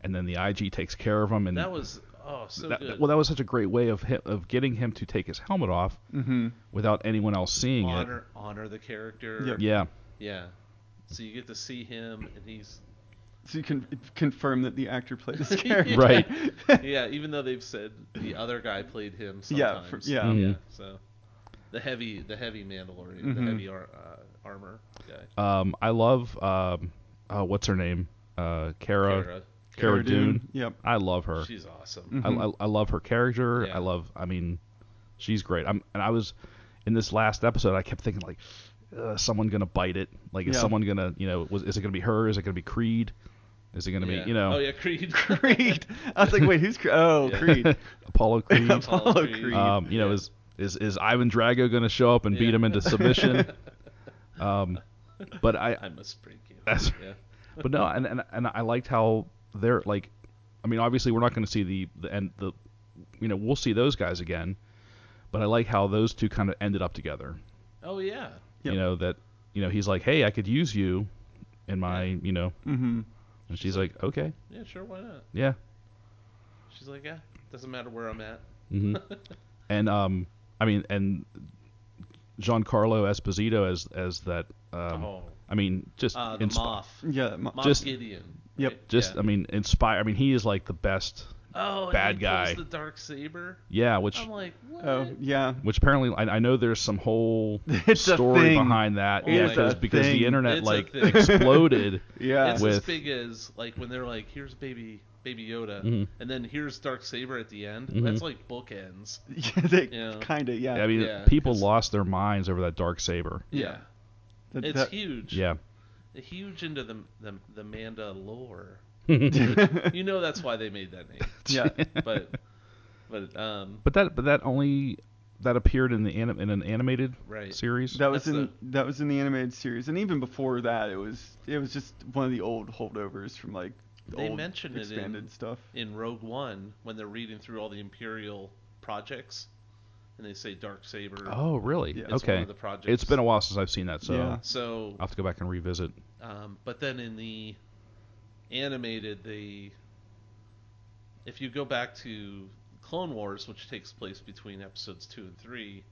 S2: and then the IG takes care of him, and
S3: that was oh so
S2: that-
S3: good.
S2: well, that was such a great way of hi of getting him to take his helmet off
S4: Mm-hmm.
S2: without anyone else seeing
S3: honor honor the character.
S4: Yep.
S3: *laughs*
S2: it. Yeah,
S3: Yeah. So you get to see him and he's
S4: *laughs* So you can confirm that the actor
S3: *laughs*
S4: played this character.
S2: right.
S3: yeah, even though they've said the other guy played him
S4: *laughs* Yeah,
S3: sometimes.
S4: for- yeah.
S2: Mhm.
S3: So the heavy, the heavy Mandalorian,
S4: Mhm.
S3: the heavy ar- uh, armor guy.
S2: Um, I love um, uh, what's her name, uh, Cara.
S3: Cara.
S2: Cara
S4: Cara Dune.
S2: Dune.
S4: Yep. *laughs*
S2: I love her.
S3: She's awesome.
S4: Mhm.
S2: I,
S3: *laughs*
S2: I, I love her character.
S3: Yeah.
S2: I love. I mean, she's great. I'm and I was in this last episode. I kept thinking like, uh, is someone gonna bite it? Like, is
S4: Yeah.
S2: someone gonna you know was is it gonna be her? Is it gonna be Creed? Is it gonna
S3: yeah.
S2: be you know
S3: Oh yeah, Creed. *laughs*
S4: *laughs* Creed. I was like, wait, who's Creed? Oh,
S3: Yeah. *laughs*
S4: Creed.
S2: Apollo Creed?
S4: Apollo
S3: Apollo Creed.
S4: Oh, Creed.
S2: um, you know is is is Ivan Drago gonna show up and beat
S3: Yeah.
S2: him into submission? um, but I
S3: I must break you.
S2: That's-
S3: yeah.
S2: but no, and, and and I liked how they're like, I mean, obviously we're not going to see the the end the, you know, we'll see those guys again, but I like how those two kind of ended up together.
S3: Oh yeah.
S4: Yep.
S2: You know that, you know, he's like, hey, I could use you, in my, you know,
S4: mm-hmm.
S2: and she's like, okay,
S3: Yeah, sure. Why not?
S2: yeah,
S3: She's like, yeah, doesn't matter where I'm at.
S2: hmm and um, I mean, and Giancarlo Esposito as as that, um,
S3: oh,
S2: I mean, just
S3: uh, the
S2: inspi-
S3: Moff.
S4: Yeah. mo-
S3: Moff
S2: Just-
S3: Gideon.
S4: Yep.
S3: right?
S2: just
S3: Yeah.
S2: I mean, inspire. I mean, he is like the best.
S3: oh, and
S2: bad
S3: he
S2: guy.
S3: Pulls the dark saber.
S2: Yeah, which
S3: I'm like, what?
S4: oh, yeah.
S2: which apparently I, I know there's some whole
S3: *laughs*
S4: It's a
S2: story
S4: thing.
S2: behind that
S3: Oh
S2: yeah,
S3: my
S2: because,
S3: God.
S2: because
S4: Thing.
S2: the internet
S3: It's a
S2: like
S3: thing. *laughs*
S2: exploded
S4: Yeah.
S3: it's
S2: with-
S3: as big as like when they're like, "Here's baby, baby Yoda,"
S2: Mhm.
S3: and then here's Dark Saber at the end.
S2: Mhm.
S3: That's like bookends.
S4: *laughs* yeah, they
S3: Yeah.
S4: kind of, yeah.
S2: i mean
S3: Yeah,
S2: people
S3: it's-
S2: lost their minds over that dark saber
S4: Yeah. That-
S3: it's
S4: that-
S3: huge.
S2: yeah
S3: huge into the the, the Manda
S2: *laughs*
S3: lore.
S2: but
S3: You know
S2: *laughs*
S3: that's why they made that name,
S4: yeah.
S3: but but um
S2: that but that only that appeared in the anim- in an animated
S3: Right.
S2: series.
S4: That was
S3: That's
S4: in that was in the animated series, and even before that, it was it was just one of the old holdovers from like the
S3: They
S4: old
S3: mentioned it in-
S4: expanded stuff.
S3: in Rogue One when they're reading through all the Imperial projects, and they say Dark Saber.
S2: oh, really?
S4: Yeah.
S3: is
S2: okay.
S3: One of the projects.
S2: It's been a while since I've seen that, so
S4: Yeah.
S3: so.
S2: I'll have to go back and revisit.
S3: Um, but then in the animated, they if you go back to Clone Wars, which takes place between episodes two and three,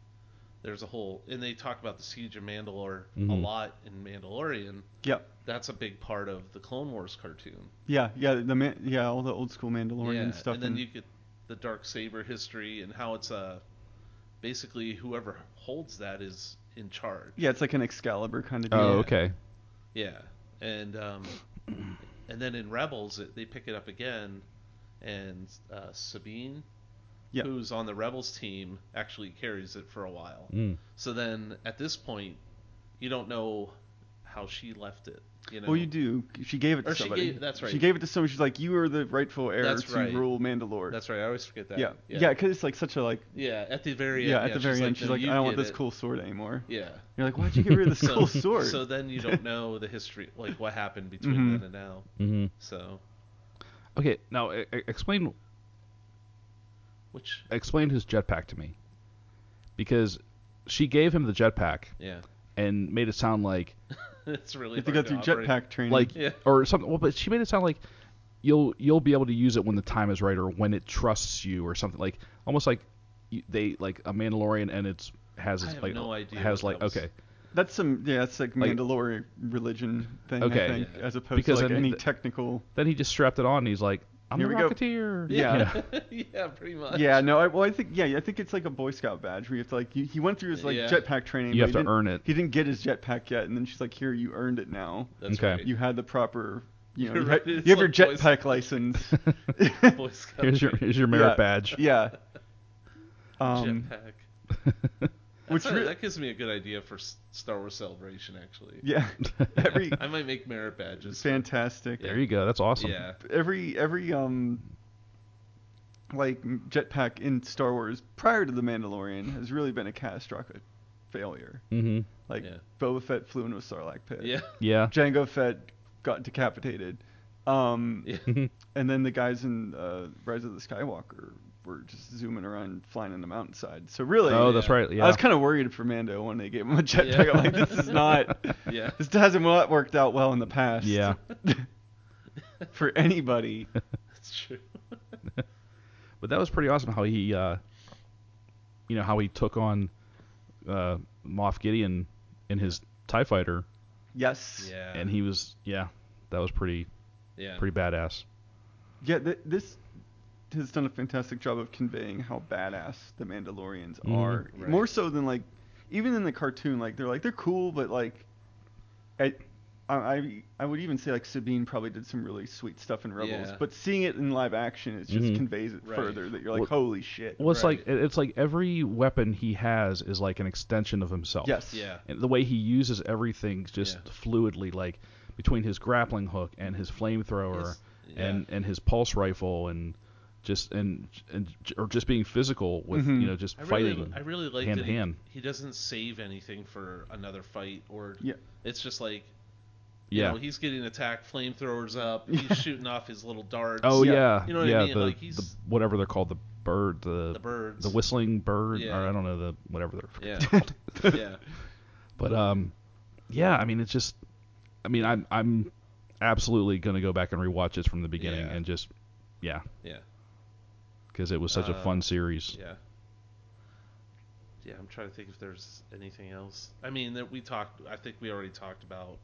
S3: there's a whole and they talk about the siege of Mandalore a
S2: Mhm.
S3: lot in Mandalorian.
S4: Yep.
S3: That's a big part of the Clone Wars cartoon.
S4: Yeah, yeah, the man, yeah, all the old school Mandalorian
S3: yeah,
S4: stuff.
S3: and then you get the dark saber history and how it's uh, basically whoever holds that is in charge.
S4: yeah, it's like an Excalibur kind of deal.
S2: Oh,
S3: Yeah.
S2: okay.
S3: Yeah, and um, and then in Rebels it, they pick it up again, and uh, Sabine,
S4: Yeah.
S3: who's on the Rebels team, actually carries it for a while.
S2: Mm.
S3: So then at this point, you don't know how she left it. You know,
S4: Well, you do. She gave it to
S3: Or she
S4: somebody.
S3: gave- that's
S4: She
S3: right.
S4: gave it to somebody. She's like, "You are the rightful heir
S3: That's
S4: to
S3: right.
S4: rule Mandalore."
S3: That's right. I always forget that.
S4: yeah, yeah,
S3: yeah.
S4: because it's like such a like.
S3: Yeah, At the very
S4: Yeah,
S3: end.
S4: at the very end,
S3: "No,
S4: she's like, "I
S3: you
S4: don't want
S3: get
S4: this
S3: it."
S4: cool sword anymore."
S3: Yeah.
S4: *laughs* You're
S3: *laughs*
S4: like, "Why'd you get rid of this
S3: so,
S4: cool sword?"
S3: So then you don't know the history, like what happened between
S4: Mhm.
S3: then and now.
S2: hmm
S3: So,
S2: Okay, now e- e- explain
S3: which,
S2: explain his jetpack to me, because she gave him the jetpack
S3: yeah, *laughs*
S2: and made it sound like
S3: it's really
S4: you have to go
S3: hard
S4: through
S3: operate.
S4: jetpack training.
S2: like
S3: Yeah.
S2: or something. Well, but she made it sound like you'll you'll be able to use it when the time is right or when it trusts you or something like almost like you, they like a Mandalorian and it's has
S3: I
S2: its,
S3: have
S2: like
S3: no idea
S2: has
S3: what
S2: like
S3: that was.
S2: okay
S4: That's some yeah, that's like
S2: Like-
S4: Mandalorian religion thing.
S2: Okay.
S4: I think,
S3: Yeah.
S4: as opposed
S2: Because
S4: to like
S2: then
S4: any
S3: *laughs*
S2: the-
S4: technical.
S2: then he just strapped it on and he's like I'm
S4: Here
S2: the
S4: we go.
S2: Rocketeer
S4: Yeah.
S3: *laughs* yeah, pretty much.
S4: Yeah, no, I, well, I think yeah, I think it's like a Boy Scout badge where you have to like you, he went through his like
S3: Yeah.
S4: jetpack training.
S2: you
S4: but
S2: have
S4: he
S2: to
S4: didn't-
S3: *laughs*
S2: earn it
S4: He didn't get his jetpack yet, and then she's like, "Here, you earned it now.
S3: That's
S2: Okay.
S3: right.
S4: You had the proper,
S3: *laughs*
S4: you know,
S3: You're
S4: you,
S3: right,
S4: had- you
S3: it's
S4: have your
S3: like Boy Scout.
S4: jetpack license."
S3: *laughs*
S2: *laughs*
S3: Boy Scout
S2: here's your
S3: training,
S2: here's your merit
S4: Yeah.
S2: badge
S4: *laughs*
S3: *laughs*
S4: yeah. Um,
S3: jetpack.
S4: which
S2: *laughs*
S3: Which
S4: re-
S3: that gives me a good idea for S- Star Wars Celebration, actually.
S4: yeah,
S2: *laughs*
S4: every
S3: *laughs* I might make merit badges.
S4: fantastic.
S2: there you go that's awesome
S3: Yeah,
S4: Every every um like m- jetpack in Star Wars prior to the Mandalorian has really been a catastrophic failure.
S2: mm-hmm.
S4: Like
S3: Yeah.
S4: Boba Fett flew into a Sarlacc pit.
S3: yeah, *laughs*
S2: yeah
S4: Jango Fett got decapitated. Um,
S3: yeah.
S2: *laughs* Mm-hmm.
S4: and then the guys in uh, Rise of the Skywalker were just zooming around, flying in the mountainside. So really,
S2: oh that's
S3: Yeah.
S2: right yeah
S4: I was kind of worried for Mando when they gave him a jetpack.
S3: Yeah.
S4: I'm like, this is not,
S3: yeah.
S4: this hasn't wo- worked out well in the past.
S2: yeah
S4: For
S3: *laughs*
S4: anybody.
S3: That's true.
S2: but that was pretty awesome how he uh you know how he took on uh Moff Gideon in his Tie Fighter
S4: Yes.
S3: Yeah,
S2: and he was yeah that was pretty
S3: yeah,
S2: pretty badass
S4: Yeah. Th- this has done a fantastic job of conveying how badass the Mandalorians
S2: Mhm.
S4: are.
S3: Mm-hmm. Right.
S4: More so than like, even in the cartoon, like they're like they're cool, but like, I, I, I- I would even say like Sabine probably did some really sweet stuff in Rebels,
S3: Yeah. Mm-hmm.
S4: but seeing it in live action, it just
S2: Mhm.
S4: conveys it
S3: Right.
S4: further that you're like,
S2: Well-
S4: holy shit.
S2: well it's
S3: Right.
S2: like it- it's like every weapon he has is like an extension of himself
S4: Yes.
S3: yeah,
S2: and the way he uses everything just
S3: Yeah.
S2: fluidly like between his grappling hook and his flamethrower
S3: Yes. yeah.
S2: and and his pulse rifle and just and and or just being physical with
S4: Mhm.
S2: you know just
S3: Mm-hmm. I
S2: fighting
S3: Really, I really like
S2: hand
S3: that
S2: to
S3: he,
S2: hand.
S3: he doesn't save anything for another fight, or
S4: Yeah.
S3: it's just like you
S2: yeah
S3: know he's getting attacked, flamethrowers up,
S2: *laughs*
S3: he's shooting off his little darts.
S2: Oh
S4: Yeah.
S2: yeah,
S3: You know what I
S2: yeah.
S3: mean?
S2: The,
S3: Like,
S2: the
S3: he's-
S2: whatever they're called, the bird, the
S3: the birds,
S2: the whistling bird,
S3: Yeah.
S2: or I don't know the whatever they're. *laughs*
S3: Yeah, yeah,
S2: But um, yeah. I mean, it's just, I mean, I'm I'm absolutely gonna go back and rewatch this from the beginning
S3: Yeah.
S2: and just, yeah,
S3: yeah,
S2: because it was such a
S3: Uh,
S2: fun series.
S3: yeah. Yeah, I'm trying to think if there's anything else. I mean, that we talked. I think we already talked about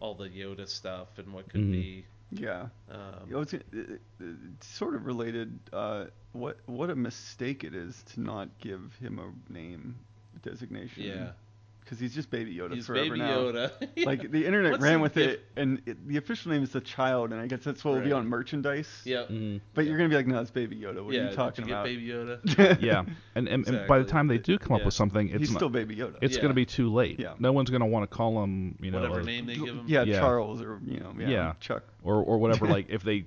S3: all the Yoda stuff and what could
S2: Mhm.
S3: be.
S4: Yeah. I
S3: Um,
S4: was gonna- it- it- it's sort of related. Uh, what what a mistake it is to not give him a name designation.
S3: yeah,
S4: Because he's just Baby Yoda
S3: he's
S4: forever
S3: Baby
S4: now.
S3: Yoda. *laughs* Yeah.
S4: Like the internet
S3: What's the
S4: ran with
S3: diff-
S4: it, and it, the official name is the child, and I guess that's what will be
S3: Right.
S4: on merchandise.
S3: yeah,
S2: Mhm.
S4: But
S3: Yeah.
S4: you're gonna be like, no, it's Baby Yoda. What
S3: yeah.
S4: are
S3: did
S4: you talking
S3: get
S4: about?
S3: Baby Yoda.
S2: *laughs*
S4: *laughs*
S2: yeah, and and, and by the
S3: Exactly.
S2: time they do come up
S3: Yeah.
S2: with something, it's
S4: he's
S2: not,
S4: still Baby Yoda.
S2: it's
S3: Yeah.
S2: gonna be too late.
S4: Yeah.
S2: No one's gonna want to call him, you know,
S3: Whatever
S2: or,
S3: name they give him.
S4: yeah,
S2: Yeah.
S4: Charles or you know, yeah,
S2: Yeah.
S4: Chuck.
S2: or or whatever.
S3: *laughs*
S2: like if they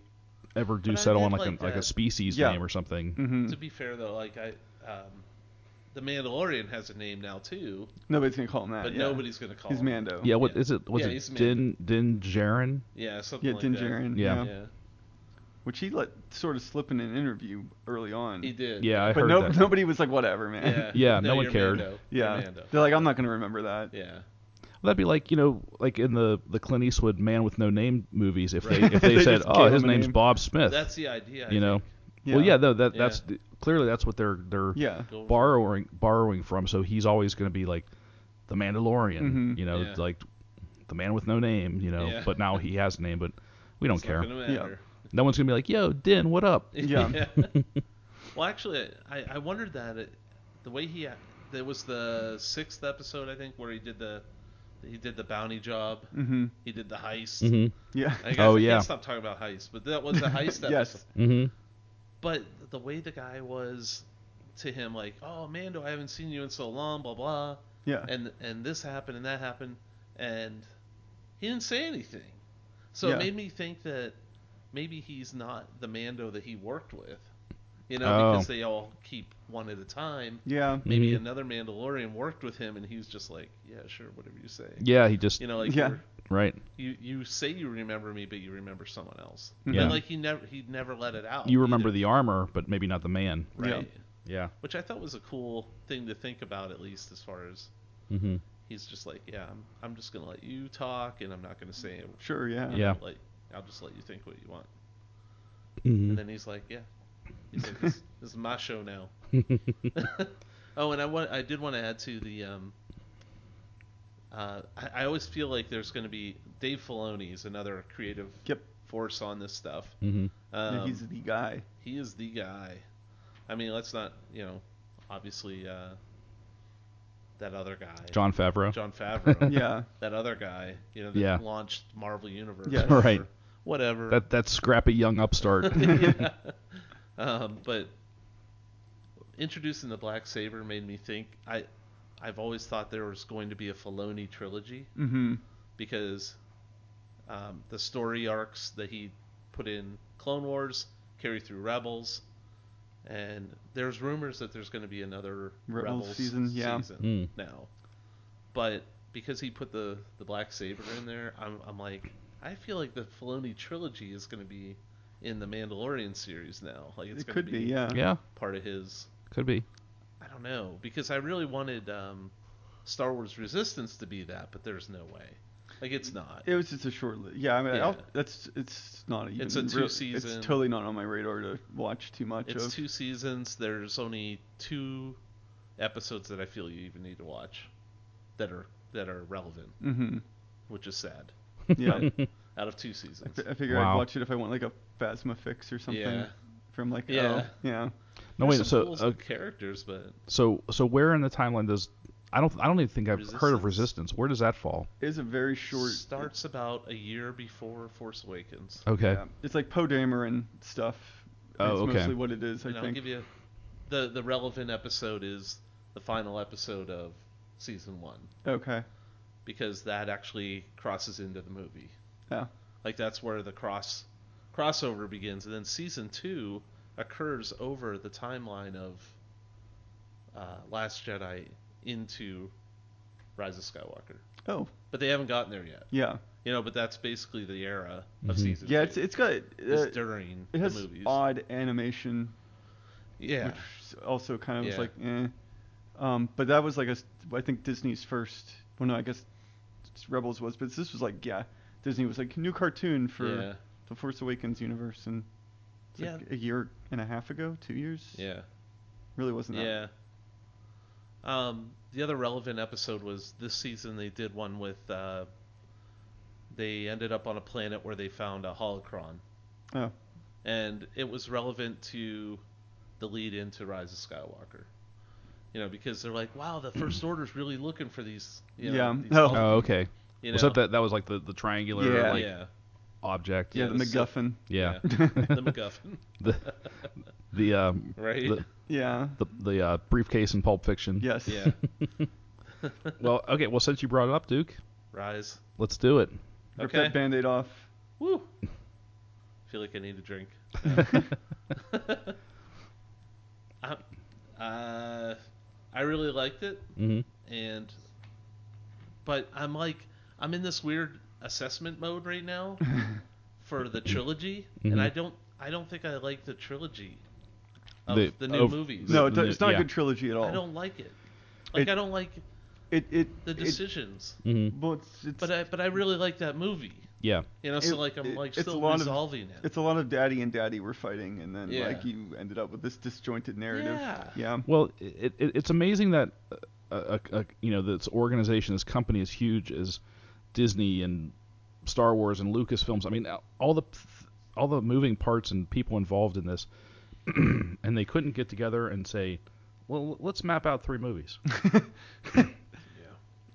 S2: ever do
S3: But I
S2: settle
S3: did
S2: on like,
S3: like
S2: a, like a
S3: that.
S2: species
S4: Yeah.
S2: name or something.
S4: hmm
S3: To be fair though, like I, um, the Mandalorian has a name now too,
S4: Nobody's gonna call him that.
S3: but
S4: Uh, yeah.
S3: nobody's gonna call
S4: He's
S3: him.
S4: Mando.
S2: Yeah, what
S3: Yeah.
S2: is it? Was
S3: Yeah, he's
S2: it
S3: a
S2: Din Din Djarin?
S3: Yeah, something
S4: Yeah,
S3: like
S4: Din
S3: that.
S4: Djarin.
S2: Yeah.
S3: Yeah,
S4: Which he let sort of slip in an interview early on.
S3: he did.
S2: Yeah, I
S4: but
S2: heard
S4: no,
S2: that.
S4: nobody was like, whatever, man.
S3: yeah,
S2: *laughs* Yeah, no one
S3: you're
S2: cared.
S3: Mando. You're
S4: *laughs* Yeah.
S3: Mando.
S4: They're like, I'm not gonna remember that.
S3: Yeah,
S2: Well, that'd be like you know, like in the the Clint Eastwood Man with No Name movies. If they
S3: Right.
S2: if they,
S4: They
S2: said,
S4: just
S2: oh,
S4: gave
S2: his
S4: him a
S2: name's
S4: name.
S2: Bob Smith,
S3: that's the idea. I
S2: you know.
S3: think.
S2: Well, yeah, no, that
S3: Yeah.
S2: that's clearly that's what they're they're
S4: Yeah.
S3: Go-
S2: borrowing borrowing from. So he's always going to be like the Mandalorian,
S4: Mhm.
S2: you know,
S3: Yeah.
S2: like the man with no name, you know.
S3: Yeah.
S2: But now he has a name, but we don't
S3: it's
S2: care.
S3: Not gonna matter.
S2: No one's going to be like, "Yo, Din, what up?"
S3: *laughs*
S4: Yeah. *laughs*
S3: well, actually, I, I wondered that it, the way he there was the sixth episode I think where he did the he did the bounty job,
S4: Mm-hmm.
S3: he did the heist.
S2: hmm
S4: Yeah.
S3: I guess
S2: Oh,
S3: I
S2: yeah.
S3: can't stop talking about heist, but that
S4: *laughs*
S3: was a heist episode.
S4: yes.
S2: hmm
S3: But the way the guy was to him, like, "Oh, Mando, I haven't seen you in so long," blah blah,
S4: Yeah.
S3: and and this happened and that happened, and he didn't say anything. So
S4: Yeah.
S3: it made me think that maybe he's not the Mando that he worked with, you know,
S2: Oh.
S3: because they all keep one at a time.
S4: Yeah.
S3: Maybe
S2: Mhm.
S3: another Mandalorian worked with him, and he was just like, "Yeah, sure, whatever you say."
S2: Yeah, he just
S3: You know, like
S4: Yeah.
S3: you're-
S2: right.
S3: you you say you remember me, but you remember someone else.
S2: Yeah.
S3: But like he never he never let it out.
S2: You remember
S3: either,
S2: the armor, but maybe not the man.
S3: right?
S2: Yeah.
S3: Which I thought was a cool thing to think about, at least as far as
S2: hmm
S3: he's just like, yeah, I'm I'm just gonna let you talk, and I'm not gonna say it.
S4: Sure. Yeah.
S2: Yeah.
S3: Like I'll just let you think what you want.
S2: hmm
S4: Mm.
S3: And
S2: *laughs*
S3: then he's like, yeah, he's like, this, this is my show now. *laughs* oh, and I want I did want to add to the um. Uh, I, I always feel like there's going to be Dave Filoni is another creative
S4: Yep.
S3: force on this stuff.
S2: hmm
S4: Yeah,
S3: Um,
S4: he's
S3: *laughs*
S4: the guy.
S3: he is the guy. I mean, let's not, you know, obviously uh, that other guy,
S2: John Favreau.
S3: Jon Favreau,
S4: Yeah.
S3: that other guy, you know, that
S2: Yeah.
S3: launched Marvel Universe,
S4: Yeah.
S3: or
S2: *laughs* Right.
S3: Whatever. *laughs*
S2: That that scrappy young upstart.
S3: um, but introducing the Black Saber made me think. I, I've always thought there was going to be a Filoni trilogy
S4: Mm-hmm.
S3: because um, the story arcs that he put in Clone Wars carry through Rebels, and there's rumors that there's going to be another
S4: Rebels
S3: Rebels,
S4: season, yeah.
S2: Hmm.
S3: now. But because he put the the black saber in there, I'm I'm like I feel like the Filoni trilogy is going to be in the Mandalorian series now. Like it's
S4: It
S3: going
S4: could
S3: to
S4: be. Yeah.
S2: *laughs* yeah,
S3: part of his
S2: could be.
S3: I don't know because I really wanted um, Star Wars Resistance to be that, but there's no way. Like it's not.
S4: It was just a short. Li- yeah. I mean,
S3: Yeah.
S4: I'll, that's it's not even.
S3: It's a
S4: real-
S3: two-season-
S4: It's totally not on my radar to watch too much
S3: It's
S4: of.
S3: two seasons. There's only two episodes that I feel you even need to watch that are that are relevant, *laughs*
S4: mm-hmm.
S3: which is sad.
S4: Yeah.
S3: Out of two
S4: I, *laughs*
S3: seasons.
S4: fi- I figure
S2: Wow.
S4: I'd watch it if I want like a phasma fix or something
S3: Yeah.
S4: from like
S3: Yeah.
S4: oh yeah
S2: No
S3: There's
S2: wait.
S3: some
S2: So
S3: cool
S2: uh,
S3: characters, but
S2: so so where in the timeline does I don't I don't even think I've heard
S3: Resistance.
S2: of Resistance. Where does that fall?
S4: it's a very short
S3: starts about a year before Force Awakens.
S2: Okay.
S4: yeah. it's like Poe Dameron stuff.
S2: Oh,
S4: it's
S2: okay.
S4: Mostly what it is, I
S3: and I'll
S4: think.
S3: give you the the relevant episode is the final episode of season one
S4: Okay.
S3: because that actually crosses into the movie.
S4: Yeah.
S3: Like that's where the cross crossover begins, and then season two occurs over the timeline of uh, Last Jedi into Rise of Skywalker.
S4: Oh,
S3: But they haven't gotten there yet,
S4: yeah.
S3: you know. But that's basically the era of
S2: Mhm.
S3: season.
S4: Mm-hmm. Yeah,
S3: two.
S4: it's it's got uh,
S3: is during
S4: it has
S3: the movies.
S4: odd animation,
S3: yeah,
S4: which is also kind of was
S3: Yeah.
S4: like eh. Um, but that was like a s- I think Disney's first. Well, no, I guess it's Rebels was, but this was like yeah, Disney was like new cartoon for
S3: yeah,
S4: the Force Awakens universe, and it's
S3: yeah,
S4: like a year and a half ago, two years.
S3: yeah,
S4: Really wasn't that.
S3: yeah. Um, the other relevant episode was this season. They did one with. Uh, they ended up on a planet where they found a holocron,
S4: Oh,
S3: and it was relevant to the lead into Rise of Skywalker. You know, because they're like, wow, the First Order's really looking for these. You know,
S4: Yeah.
S3: These
S4: Oh.
S2: Oh, okay.
S3: you
S2: Was
S3: know?
S2: that that that was like the the triangular
S4: Yeah.
S2: like
S3: yeah.
S2: object?
S4: yeah,
S3: Yeah,
S4: the
S3: the stuff-
S4: MacGuffin.
S2: Yeah.
S3: The MacGuffin, *laughs*
S2: the the um
S3: right?
S2: *laughs* the
S4: *laughs* Yeah.
S2: the, the uh, briefcase in Pulp Fiction.
S4: Yes.
S3: Yeah.
S2: Well, okay. Well, since you brought it up, Duke,
S3: Rise.
S2: let's do it.
S4: Rip
S3: Okay.
S4: that band-aid off.
S3: Woo. feel like I need a drink.
S2: *laughs*
S3: *laughs* I, uh, I liked it,
S2: hmm
S3: and but I'm like I'm in this weird assessment mode right
S4: *laughs*
S3: now for the trilogy,
S4: Mm-hmm.
S2: Mhm.
S3: and I don't I don't think I like the trilogy of
S2: The-
S3: the, new
S2: of-
S3: movies.
S4: No,
S2: The-
S4: it- it's not
S2: yeah.
S4: a good trilogy at all.
S3: I don't like it. Like
S4: It-
S3: I don't like
S4: It it
S3: the
S4: it-
S3: decisions,
S2: hmm
S4: well, it's, it's,
S3: but uh, I but I really like that movie.
S2: Yeah.
S3: You know, so
S4: It-
S3: like I'm
S4: it-
S3: like
S4: it's a
S3: still
S4: lot of-
S3: resolving it.
S4: it's a lot of daddy and daddy were fighting, and then
S3: Yeah.
S4: like you ended up with this disjointed narrative.
S3: Yeah.
S4: Yeah.
S2: Well, it, it, it's amazing that a, a, a, you know this organization, this company, as huge as Disney and Star Wars and Lucasfilms. I mean, all the all the moving parts and people involved in this, *clears throat* and they couldn't get together and say, "Well, let's map out
S3: *laughs*
S2: three movies."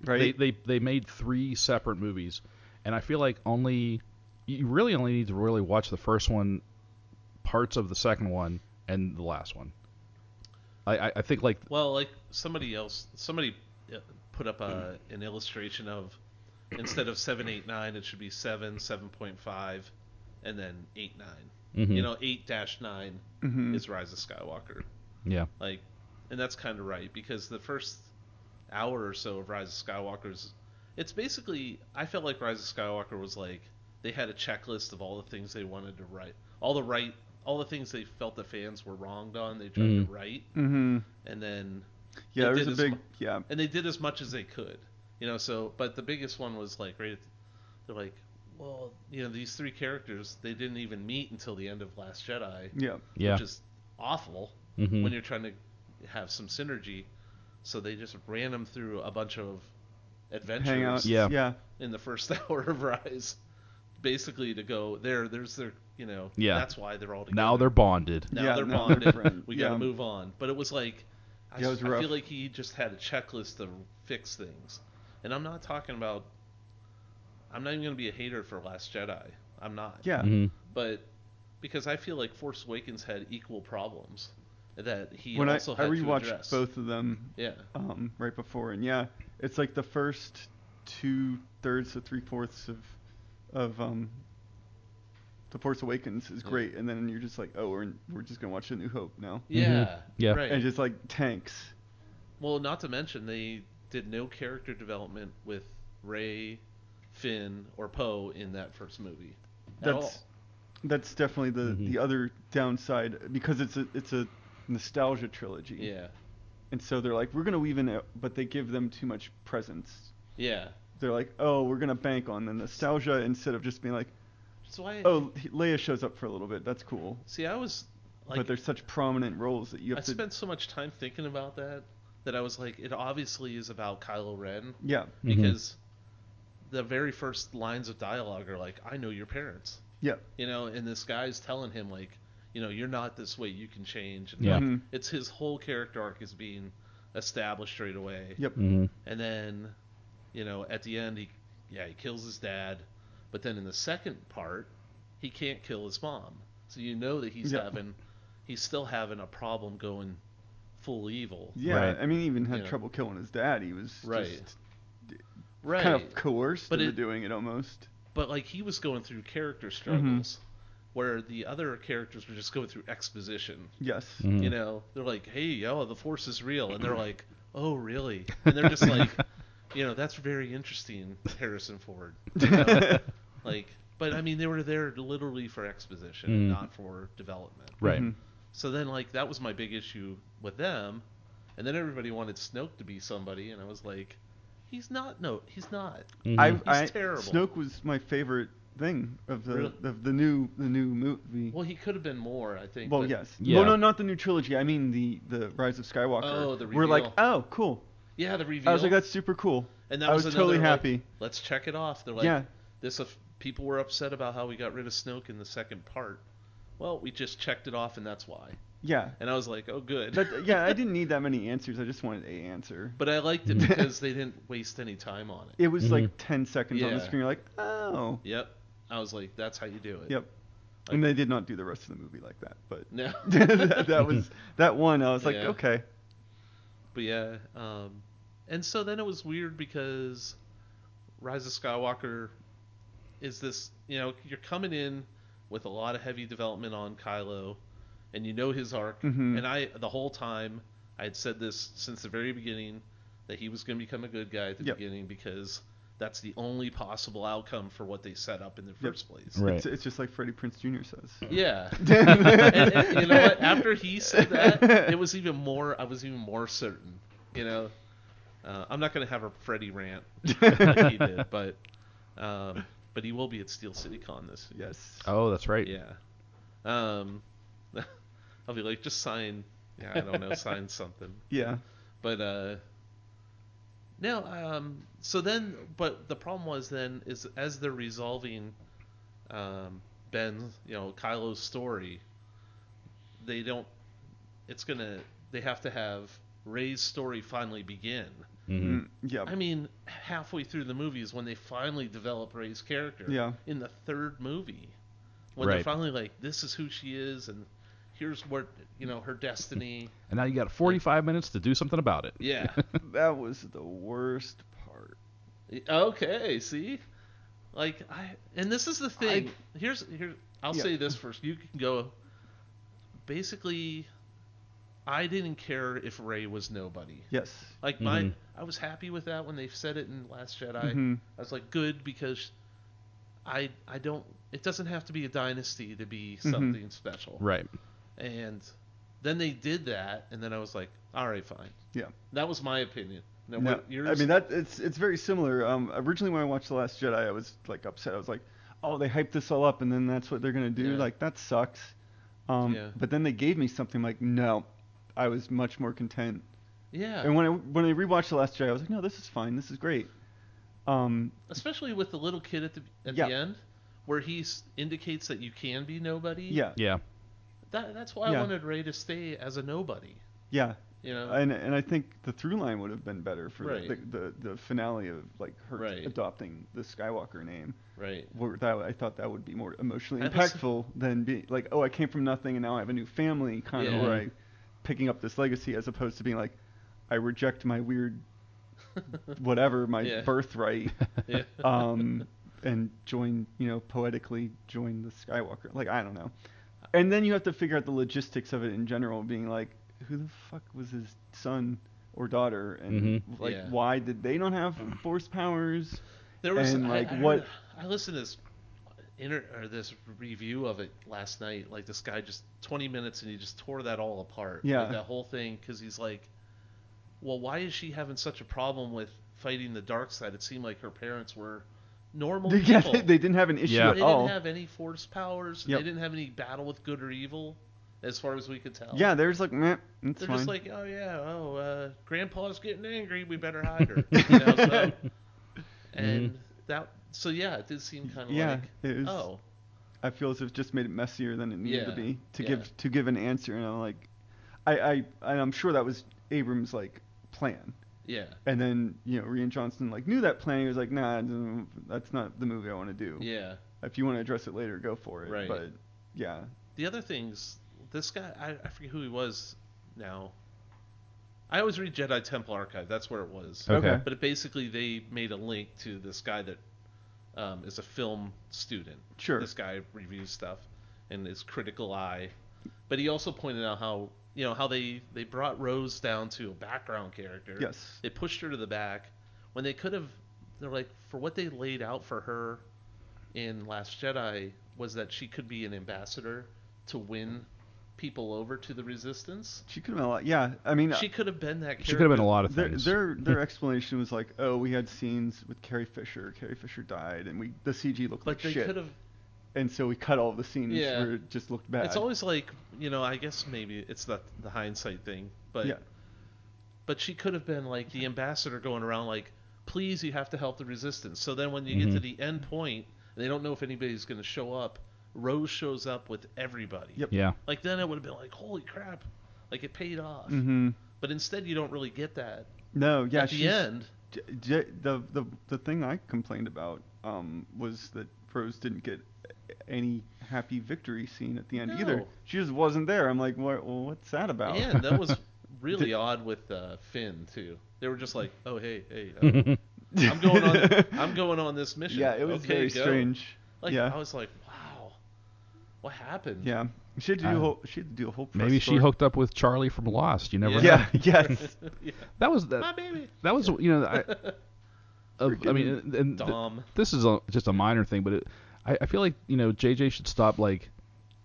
S4: Right.
S2: They, they they made three separate movies, and I feel like only you really only need to really watch the first one, parts of the second one, and the last one. I, I, I think like
S3: Well, like somebody else, somebody uh, put up a, an illustration of instead of seven, eight, nine, it should be seven, seven point five, and then eight, nine.
S2: Mhm.
S3: You know, eight dash nine
S4: Mhm.
S3: is Rise of Skywalker.
S2: yeah
S3: Like, and that's kind of right because the first hour or so of Rise of Skywalker is, it's basically I felt like Rise of Skywalker was like they had a checklist of all the things they wanted to write, all the right, all the things they felt the fans were wronged on. They tried
S2: Mhm.
S3: to write,
S4: mm-hmm.
S3: and then
S4: Yeah,
S3: They
S4: there
S3: did
S4: was a
S3: as
S4: big
S3: mu-
S4: yeah.
S3: and they did as much as they could, you know. So, but the biggest one was like right. At, they're like, well, you know, these three characters they didn't even meet until the end of Last Jedi,
S4: Yeah.
S2: yeah
S3: which is awful
S2: Mhm.
S3: when you're trying to have some synergy. So they just ran them through a bunch of adventures
S4: Hangouts.
S2: Yeah.
S4: Yeah.
S3: in the first *laughs* hour of Rise, basically to go there. There's their, you know,
S2: Yeah.
S3: That's why they're all together.
S2: now they're bonded.
S3: now
S4: Yeah,
S3: they're
S4: now they're
S3: bonded.
S4: *laughs* friends.
S3: we got to
S4: Yeah.
S3: move on. But it was like, I,
S4: Yeah, it
S3: s-
S4: was
S3: I
S4: rough.
S3: feel like he just had a checklist to fix things. And I'm not talking about. I'm not even going to be a hater for Last Jedi. I'm not.
S4: Yeah.
S2: Mhm.
S3: But because I feel like Force Awakens had equal problems that he
S4: When I, I
S3: also had to
S4: rewatched
S3: address.
S4: both of them
S3: Yeah.
S4: um, right before, and yeah, it's like the first two thirds to three fourths of of um, the Force Awakens is
S3: Yeah.
S4: great, and then you're just like, oh, we're we're just gonna watch a New Hope now,
S3: Yeah.
S2: Yeah.
S3: Right.
S4: and just like tanks.
S3: Well, not to mention they did no character development with Ray, Finn, or Poe in that first movie. At all.
S4: That's that's definitely the
S2: Mhm.
S4: the other downside because it's a it's a nostalgia trilogy,
S3: Yeah.
S4: and so they're like, we're gonna weave in, it, but they give them too much presence.
S3: Yeah.
S4: They're like, oh, we're gonna bank on the nostalgia instead of just being like,
S3: That's why.
S4: oh, he- Leia shows up for a little bit, that's cool.
S3: See, I was like,
S4: but there's such prominent roles that you
S3: I
S4: have to.
S3: spent so much time thinking about that that I was like, it obviously is about Kylo Ren
S4: yeah,
S2: Mhm.
S3: because the very first lines of dialogue are like, "I know your parents,"
S4: yeah,
S3: you know, and this guy's telling him like, you know, you're not this way, you can change. And
S2: Yeah.
S3: like,
S4: Mhm.
S3: it's his whole character arc is being established straight away.
S4: yep.
S2: Mhm.
S3: And then, you know, at the end, he, yeah, he kills his dad. But then in the second part, he can't kill his mom. So you know that he's
S4: Yeah.
S3: having, he's still having a problem going full evil.
S4: Yeah,
S2: Right.
S4: I mean, he even had
S3: Yeah.
S4: trouble killing his dad. He was
S3: Right.
S4: just
S3: Right.
S4: kind of coerced
S3: But
S4: into
S3: it-
S4: doing it almost.
S3: But like he was going through character struggles,
S4: Mm-hmm.
S3: where the other characters were just going through exposition.
S4: Yes.
S2: Mhm.
S3: You know, they're like, "Hey, yo, the force is real," and they're
S4: *clears throat*
S3: like, "Oh, really?" And they're just
S4: *laughs*
S3: like, "You know, that's very interesting, Harrison
S4: *laughs*
S3: Ford." You know? like, but I mean, they were there literally for exposition,
S4: Hmm.
S2: Mm.
S3: not for development.
S2: Right.
S4: Mhm.
S3: So then, like, that was my big issue with them, and then everybody wanted Snoke to be somebody, and I was like, "He's not. No, he's not."
S2: Mhm.
S4: I, I,
S3: terrible.
S4: Snoke was my favorite thing of the
S3: Really?
S4: of the new the new movie.
S3: Well, he could have been more, I think.
S4: Well,
S3: but-
S4: yes.
S2: Yeah.
S4: Well, no, not the new trilogy. I mean the the Rise of Skywalker.
S3: Oh, the
S4: We're like,
S3: reveal.
S4: oh, cool.
S3: Yeah, the reveal.
S4: I was like, that's super cool.
S3: and that
S4: I
S3: was,
S4: was
S3: another,
S4: totally
S3: like,
S4: happy.
S3: Let's check it off. They're like,
S4: Yeah.
S3: this. aff- people were upset about how we got rid of Snoke in the second part. Well, we just checked it off, and that's why.
S4: Yeah.
S3: And I was like, oh, good.
S4: That, yeah, I didn't need that many answers. I just wanted a answer.
S3: *laughs* but I liked it because they didn't waste any time on it.
S4: It was like
S2: Mhm.
S4: 10 seconds on the
S3: Mm-hmm. Yeah.
S4: screen. You're like, oh.
S3: Yep. I was like, that's how you do it.
S4: Yep. and they did not do the rest of the movie like that, but *laughs*
S3: No.
S4: that,
S3: *laughs*
S4: that was that one. I was like,
S3: Yeah.
S4: okay,
S3: But yeah, um, and so then it was weird because Rise of Skywalker is this, you know, you're coming in with a lot of heavy development on Kylo, and you know his arc,
S4: Mhm.
S3: and I the whole time I had said this since the very beginning that he was going to become a good guy at the
S4: Yep.
S3: beginning because that's the only possible outcome for what they set up in the first place.
S2: Right.
S4: It's, it's just like Freddie Prince Jr. says.
S3: Yeah. and, and you know what? After he said that, it was even more. I was even more certain. You know, uh, I'm not going to have a Freddy rant. like he did, but um, but he will be at Steel City Con this year.
S4: Yes.
S2: Oh, that's right.
S3: Yeah. Um, *laughs* I'll be like, just sign. Yeah, I don't know, sign something.
S4: Yeah.
S3: But uh, no. Um, so then, but the problem was then is as they're resolving um, Ben's, you know, Kylo's story, they don't. It's gonna. They have to have Ray's story finally begin.
S2: hmm
S4: Mm, yeah.
S3: I mean, halfway through the movie is when they finally develop Ray's character.
S4: Yeah.
S3: In the third movie, when
S2: Right.
S3: they're finally like, this is who she is, and here's what you know her destiny.
S2: And now you got 45 minutes to do something about it.
S3: Yeah.
S4: That was the worst part.
S3: Okay, see? Like I and this is the thing. Here's here I'll
S4: Yeah.
S3: say this first. You can go basically I didn't care if Ray was nobody.
S4: Yes.
S3: Like my
S2: Mhm.
S4: Mm-hmm.
S3: I was happy with that when they said it in Last Jedi.
S4: Mhm.
S3: I was like good because I I don't it doesn't have to be a dynasty to be
S4: Mm-hmm.
S3: something special.
S2: Right.
S3: And then they did that and then I was like, all right, fine.
S4: Yeah.
S3: That was my opinion. Now,
S4: No,
S3: what, yours?
S4: I mean that it's it's very similar. Um, originally when I watched The Last Jedi, I was like upset. I was like, oh, they hyped this all up, and then that's what they're gonna do.
S3: Yeah.
S4: Like that sucks. Um,
S3: Yeah.
S4: but then they gave me something like no, I was much more content.
S3: yeah.
S4: And when I when I rewatched The Last Jedi, I was like, no, this is fine. This is great. Um,
S3: especially with the little kid at the at
S4: Yeah.
S3: the end, where he s- indicates that you can be nobody.
S4: yeah,
S2: Yeah.
S3: that, that's why
S4: Yeah.
S3: I wanted Ray to stay as a nobody.
S4: yeah.
S3: You know,
S4: And and I think the through line would have been better for
S3: Uh-huh. Right.
S4: the, the the finale of like her
S3: Right.
S4: adopting the Skywalker name. *laughs*
S3: right?
S4: where that I thought that would be more emotionally
S3: And that's-
S4: impactful than being like, oh, I came from nothing and now I have a new family, kind
S3: Yeah.
S4: of where I picking up this legacy as opposed to being like, I reject my
S3: *laughs*
S4: weird whatever my
S3: Yeah. *laughs*
S4: birthright,
S3: Yeah.
S4: um, and join you know poetically join the Skywalker. Like I don't know, and then you have to figure out the logistics of it in general, being like, who the fuck was his son? Or daughter, and like,
S3: Yeah.
S4: why did they don't have force powers?
S3: There was
S4: and,
S3: I-
S4: like,
S3: I, heard-
S4: what-
S3: I listened to this inter or this review of it last night. Like this guy just 20 minutes and he just tore that all apart.
S4: Yeah.
S3: like, that whole thing because he's like, well, why is she having such a problem with fighting the dark side? It seemed like her parents were normal
S4: *laughs* Yeah,
S3: people.
S4: they, they didn't have an issue
S2: Yeah.
S4: at
S3: They
S4: all.
S3: didn't have any force powers.
S4: Oh. Yep.
S3: They didn't have any battle with good or evil, as far as we could tell.
S4: Yeah, they're just like, meh, it's
S3: They're
S4: fine.
S3: just like, oh yeah, oh uh, Grandpa's getting angry. We better hide her. you know,
S4: *laughs*
S3: so, and that, so yeah, it did seem kind of
S4: Mm-hmm. yeah,
S3: like,
S4: it was,
S3: oh,
S4: I feel as if it just made it messier than it needed to
S3: Yeah,
S4: be to
S3: yeah.
S4: give to give an answer. And I'm like, I, I and I'm sure that was Abrams' like plan.
S3: yeah,
S4: And then you know, Rian Johnson like knew that plan. He was like, nah, no, that's not the movie I want to do.
S3: yeah.
S4: If you want to address it later, go for it.
S3: Right.
S4: But yeah,
S3: The other things, this guy, I, I forget who he was now. I always read Jedi Temple Archive. That's where it was.
S2: Okay.
S4: Okay.
S3: But it basically, they made a link to this guy that um, is a film student.
S4: sure.
S3: This guy reviews stuff and his critical eye. But he also pointed out how you know how they they brought Rose down to a background character.
S4: Yes.
S3: They pushed her to the back when they could have. They're like for what they laid out for her in Last Jedi was that she could be an ambassador to win people over to the Resistance.
S4: She could have been a lot. Yeah, I mean, uh,
S3: She could have been that character.
S2: She could have been a lot of
S4: Their,
S2: things.
S4: their
S3: *laughs*
S4: their explanation was like, oh, we had scenes with Carrie Fisher. Carrie Fisher died, and we the CG looked
S3: But
S4: like
S3: they
S4: shit.
S3: could have
S4: and so we cut all the scenes
S3: Yeah.
S4: where it just looked bad.
S3: It's always like you know. I guess maybe it's the the hindsight thing, but
S4: Yeah.
S3: but she could have been like the ambassador going around like, please, you have to help the resistance. So then when you get to
S4: Mm-hmm.
S3: the end point, and they don't know if anybody's going to show up. Rose shows up with everybody.
S4: Yep.
S2: Yeah.
S3: Like then it would have been like, holy crap, like it paid off.
S4: hmm
S3: But instead, you don't really get that
S4: No, yeah,
S3: at the
S4: she's-
S3: end.
S4: J- J- the the the thing I complained about um, was that Rose didn't get any happy victory scene at the end either.
S3: No.
S4: She just wasn't there. I'm like, what? Well, what's that about? *laughs*
S3: And that was really odd with uh, Finn too. They were just like, oh hey hey, uh,
S4: *laughs*
S3: I'm going on I'm going on this mission.
S4: Yeah, it was
S3: okay,
S4: very
S3: go.
S4: strange.
S3: Like
S4: yeah,
S3: I was like, wow, what happened?
S4: yeah. We should do
S2: I-
S4: a whole, she should do a whole. press
S2: Uh, Maybe she
S4: tour. *laughs*
S2: hooked up with Charlie from Lost. You never know.
S4: Yeah. *laughs* Yes.
S3: yeah.
S2: That was that.
S3: My baby.
S2: That was you know.
S4: *laughs*
S2: I, of, I mean, and- and th-
S3: Dumb.
S2: this is a, just a minor thing, but it, I, I feel like you know JJ should stop like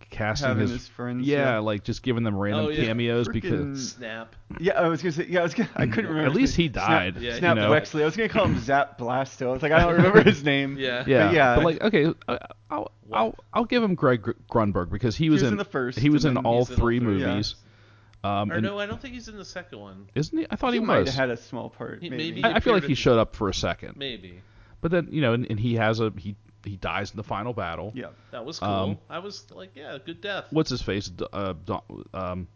S2: casting
S4: Having
S2: his,
S4: his friends,
S2: Yeah,
S4: yeah.
S2: like just giving them random
S3: Oh, yeah.
S2: cameos
S4: Frickin'
S2: because
S3: Snap.
S4: Yeah, I was gonna say. Yeah, I was. Gonna, I couldn't remember.
S2: at
S4: his
S2: least
S4: name.
S2: he died.
S3: Yeah,
S4: Snap,
S3: he
S4: Snap
S2: you know?
S4: Wexley. I was gonna call
S2: *laughs*
S4: him Zap Blasto. I was like, I don't remember his name.
S3: Yeah.
S2: Yeah,
S4: But yeah.
S2: but like okay, I- I'll I'll, I'll give him Greg Gr- Grunberg because he was,
S4: was in the first,
S2: He was
S4: and
S2: in
S4: then
S2: all
S3: he's in all
S2: three
S3: three,
S4: yeah.
S2: movies. Um,
S3: Or
S2: and-
S3: no, I don't think he's in the second one.
S2: isn't he? I thought he,
S4: might
S2: was.
S4: have had a small part.
S3: He-
S4: Maybe.
S3: maybe
S2: I, I feel
S3: appeared
S2: like he
S3: in-
S2: showed up for a second,
S3: Maybe.
S2: but then you know, and, and he has a he he dies in the final battle.
S4: yeah.
S3: That was cool.
S2: Um,
S3: I was like, yeah, good death.
S2: What's his face? D- uh, Do, um,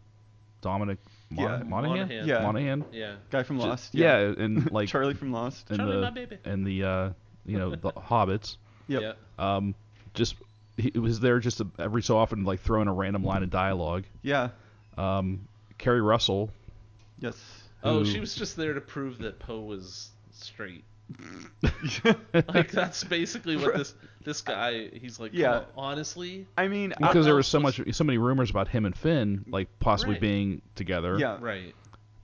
S2: Dominic Mon-
S4: Yeah.
S2: Monaghan.
S3: Monaghan.
S4: Yeah.
S2: Monaghan?
S3: Yeah.
S4: Guy from
S2: Ju-
S4: Lost.
S2: Yeah,
S4: *laughs*
S2: and like
S4: Charlie from Lost.
S2: and
S3: Charlie,
S2: the
S3: my baby.
S2: and the uh, you know the hobbits.
S4: Yep.
S3: Yeah.
S2: Um, just he it was there just every so often like throwing a random line of dialogue.
S4: Yeah.
S2: Um, Carrie Russell.
S4: Yes. *laughs*
S3: Oh,
S2: who-
S3: she was just there to prove that Poe was
S4: *laughs*
S3: straight. *laughs* Like that's basically what this this guy. He's like,
S4: Yeah.
S3: yeah. Honestly,
S4: I mean, I-
S2: because there was
S3: else
S2: so
S3: was-
S2: much so many rumors about him and Finn like possibly
S3: Right.
S2: being together.
S4: yeah.
S3: right?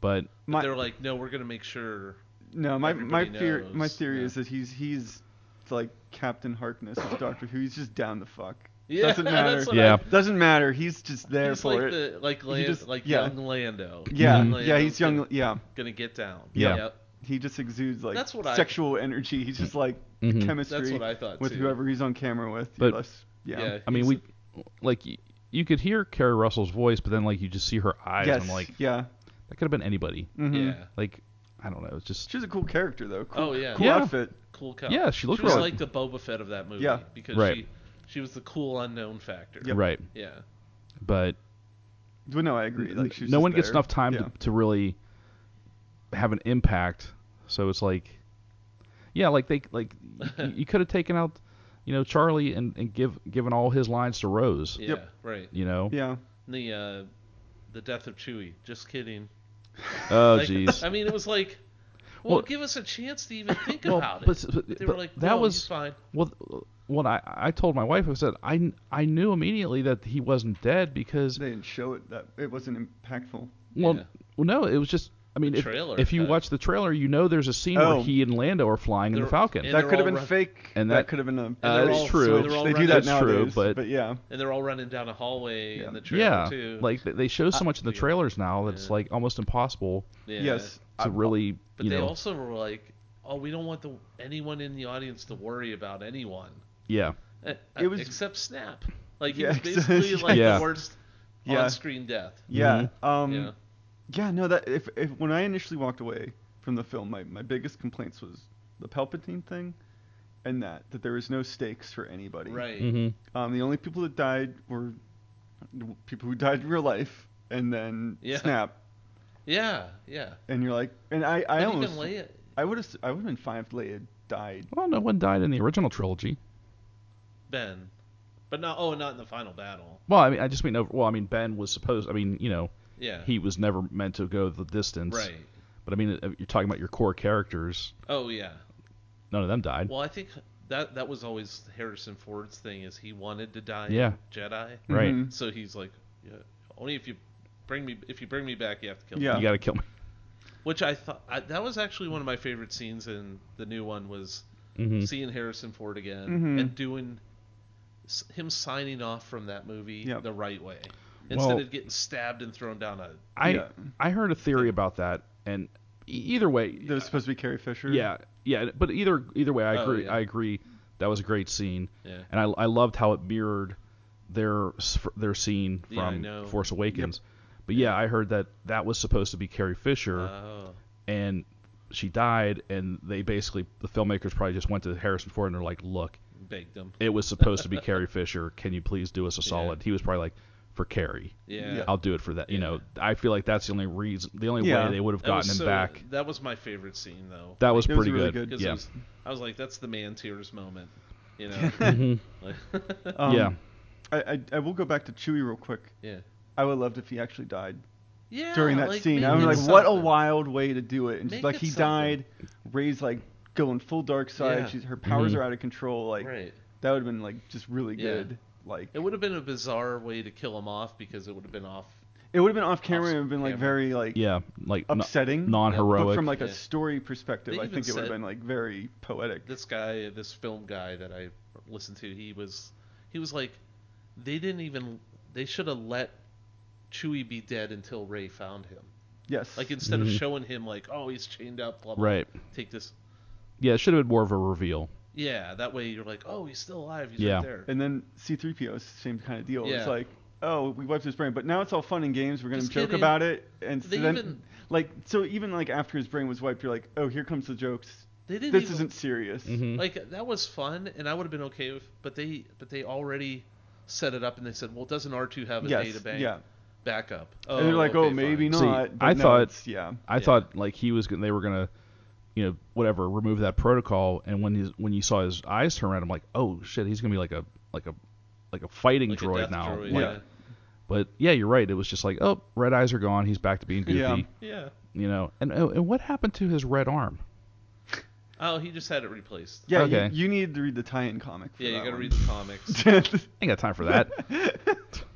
S2: But
S4: My,
S3: They're like, no, we're gonna make sure.
S4: no, my my
S3: everybody
S4: fear my
S3: knows,
S4: theory
S3: yeah.
S4: is that he's he's like Captain Harkness of Doctor Who. He's just down the fuck.
S3: Yeah,
S4: Doesn't
S3: *laughs*
S4: matter.
S3: that's what
S2: Yeah.
S3: I-
S4: Doesn't matter. He's just there
S3: he's
S4: for
S3: like
S4: it.
S3: the like Lan-
S4: just-
S3: like
S4: yeah.
S3: young Lando.
S4: yeah.
S2: Mhm.
S4: Yeah. He's young.
S3: Gonna,
S4: yeah.
S3: gonna get down.
S2: Yeah.
S3: Yep.
S4: He just exudes like
S3: That's what I-
S4: sexual energy. He's just like
S2: Mhm.
S4: chemistry
S3: That's what I thought
S4: with
S3: too.
S4: whoever he's on camera with.
S2: But-
S4: Unless- yeah.
S3: Yeah.
S2: I mean,
S3: he's
S2: we like y- you could hear Carrie Russell's voice, but then like you just see her eyes.
S4: Yes.
S2: And I'm like
S4: yeah.
S2: that could have been anybody.
S3: a-
S4: Mhm.
S3: Yeah.
S2: Like I don't know. It's just
S4: She was a cool character though. Cool,
S3: Oh, yeah.
S4: Cool
S2: Yeah.
S4: outfit.
S3: Cool cop.
S2: Yeah, she looked
S3: she was
S2: really-
S3: like the Boba Fett of that movie.
S4: Yeah.
S3: Because
S2: Right.
S3: she she was the cool unknown factor.
S4: Yep.
S2: right.
S3: Yeah.
S2: But
S4: Well, no, I agree. Like she was
S2: no
S4: just
S2: one gets
S4: there.
S2: enough time
S4: Yeah.
S2: to, to really have an impact. So it's like, yeah, like they like you, you
S4: *laughs*
S2: could have taken out, you know, Charlie and, and give given all his lines to Rose.
S3: Yeah.
S4: Yep.
S3: Right.
S2: You know.
S4: Yeah.
S3: And The uh, the death of Chewie. Just kidding.
S2: Oh
S3: Like,
S2: jeez.
S3: I mean, it was like, well,
S2: Well-
S3: give us a chance to even think
S2: well,
S3: about
S2: but,
S3: it.
S2: but-
S3: They
S2: but
S3: were like,
S2: that
S3: no, he's
S2: was
S3: fine.
S2: well. What I I told my wife I said I kn- I knew immediately that he wasn't dead because
S4: They didn't show it that it wasn't impactful.
S2: Well,
S3: Yeah.
S2: well, no, it was just. I mean,
S3: The
S2: if,
S3: trailer uh,
S2: if you
S3: cut.
S2: watch the trailer, you know there's a scene
S4: Oh.
S2: where he and Lando are flying in the
S3: They're-
S2: Falcon.
S3: And
S4: that
S3: they're
S4: could
S3: all
S4: have been
S3: run-
S4: fake.
S2: and that-
S4: could have been a.
S2: Uh,
S3: they're
S2: it's
S3: all-
S2: true.
S3: they're all
S4: They do that
S2: That's true,
S4: nowadays.
S2: but-
S4: yeah.
S3: And they're all running down a hallway
S4: Yeah.
S3: in the trailer
S2: yeah,
S3: too.
S2: like they- they show so much in the
S3: Yeah.
S2: trailers now that it's
S3: Yeah.
S2: like almost impossible
S3: yeah.
S4: Yes.
S2: to really,
S3: But
S2: you
S3: they
S2: know,
S3: also were like, oh, we don't want the anyone in the audience to worry about anyone.
S2: yeah,
S3: Eh,
S4: It was-
S3: except Snap. Like he
S4: Yeah, *laughs*
S3: was basically
S4: yeah.
S3: like
S2: Yeah.
S3: the worst
S4: Yeah.
S3: on-screen death.
S4: Yeah.
S2: mm-hmm.
S4: Um.
S3: yeah.
S4: Yeah, no, that if, if when I initially walked away from the film, my, my biggest complaints was the Palpatine thing, and that that there was no stakes for anybody.
S3: Right.
S2: hmm
S4: Um, the only people that died were the people who died in real life, and then
S3: Yeah.
S4: snap,
S3: Yeah. Yeah.
S4: and you're like, and I I
S3: But
S4: almost
S3: even Leia.
S4: I would have I would have been fine if Leia died.
S2: Well, no one died in the original trilogy.
S3: Ben, but not. Oh, not in the final battle.
S2: Well, I mean, I just mean, over- well, I mean, Ben was supposed. I mean, you know,
S3: Yeah.
S2: he was never meant to go the distance.
S3: Right.
S2: But I mean, uh, you're talking about your core characters.
S3: Oh yeah.
S2: None of them died.
S3: Well, I think that that was always Harrison Ford's thing is he wanted to die. in
S2: Yeah.
S3: Jedi.
S2: Right.
S4: Mhm.
S3: So he's like, yeah, only if you bring me if you bring me back, you have to kill
S4: Yeah.
S3: me.
S2: You got to kill me.
S3: Which I thought I, that was actually one of my favorite scenes in the new one was
S2: Mhm.
S3: seeing Harrison Ford again
S4: Mhm.
S3: and doing s- him signing off from that movie
S4: Yep.
S3: the right way
S2: Well-
S3: instead of getting stabbed and thrown down a
S2: I
S4: Yeah.
S2: I heard a theory about that, and e- either way,
S4: There was supposed to be Carrie Fisher.
S2: Yeah, yeah, but either either way, I
S3: Oh,
S2: agree.
S3: yeah.
S2: I agree. That was a great scene,
S3: yeah
S2: and I, I loved how it mirrored their s- their scene
S3: Yeah, I
S2: from
S3: know.
S2: Force Awakens. But yeah, I heard that that was supposed to be Carrie Fisher,
S3: oh
S2: and she died, and they basically the filmmakers probably just went to Harrison Ford and they're like, "Look,
S3: baked him
S2: it was supposed to be
S3: *laughs*
S2: Carrie Fisher. Can you please do us a solid?" He was probably like, "For Carrie,
S3: yeah,
S4: Yeah.
S2: I'll do it for that." You know, I feel like that's the only reason, the only
S4: Yeah.
S2: way they would have
S3: That was
S2: gotten
S3: so-
S2: him back.
S3: that was my favorite scene though
S2: That was
S4: It was
S2: pretty
S4: really
S2: good.
S4: good.
S2: Yeah.
S3: it was, I was like that's the man tears moment you
S4: *laughs*
S3: know
S2: Mhm.
S3: Like,
S4: Um,
S2: yeah.
S4: I, I I will go back to Chewie real quick.
S3: yeah
S4: I would have loved if he actually died.
S3: yeah
S4: during that
S3: like,
S4: scene.
S3: make
S4: I was
S3: it
S4: like, what a
S3: something.
S4: wild way to do it. And just
S3: Make
S4: like
S3: it
S4: he
S3: something.
S4: died, Ray's like going full dark side.
S3: Yeah.
S4: She's her powers
S2: Mhm.
S4: are out of control. Like
S3: right
S4: that would have been like just really
S3: Yeah.
S4: good. like
S3: It would have been a bizarre way to kill him off because it would have been off.
S4: it would have been off camera and been like
S3: camera.
S4: very like
S2: Yeah, like no-
S4: upsetting. But
S2: non-heroic.
S4: from like a
S3: Yeah.
S4: story perspective,
S3: They
S4: I
S3: even
S4: think it would have
S3: said-
S4: been like very poetic.
S3: This guy, this film guy that I listened to, he was, he was like, they didn't even, they should have let Chewie be dead until Ray found him.
S4: Yes.
S3: Like instead of
S4: Mm-hmm.
S2: Mhm.
S3: showing him like, oh, he's chained up, blah blah.
S2: right.
S3: Take this.
S2: Yeah, it should have been more of a reveal.
S3: Yeah, that way you're like, oh, he's still alive. He's
S2: Yeah.
S3: right there.
S4: and then C3PO is the same kind of deal. It's
S3: Yeah.
S4: like, oh, we wiped his brain, but now it's all fun and games. We're gonna
S3: Just
S4: joke
S3: kidding.
S4: about it, and so
S3: They
S4: then
S3: even-
S4: like so even like after his brain was wiped, you're like, oh, here comes the jokes.
S3: They didn't.
S4: This
S3: even,
S4: isn't serious.
S2: Mhm.
S3: like that was fun, and I would have been okay with. But they, but they already set it up, and they said, well, doesn't R2 have a
S4: Yes.
S3: data bank
S4: Yeah.
S3: backup?
S4: and they're like,
S3: okay,
S4: oh, maybe
S3: fine.
S2: See,
S4: not. but
S2: I
S4: no,
S2: thought-
S4: it's- yeah.
S2: I
S3: Yeah.
S2: thought like he was gonna, they were gonna, you know, whatever, remove that protocol. And when his when you saw his eyes turn red, I'm like, oh shit, he's gonna be like a like a like a fighting
S3: Like a
S2: droid
S3: death
S2: now.
S3: droid,
S2: Like,
S4: Yeah.
S2: But yeah, you're right. It was just like, oh, red eyes are gone. He's back to being goofy.
S4: Yeah.
S3: yeah.
S2: You know, and oh, and what happened to his red arm?
S3: Oh, he just had it replaced.
S4: Yeah,
S2: Okay.
S4: you, you need to read the tie-in comic. For
S3: Yeah, you
S4: that
S3: gotta
S4: one.
S3: read the
S4: *laughs*
S3: comics.
S2: I ain't got time for that.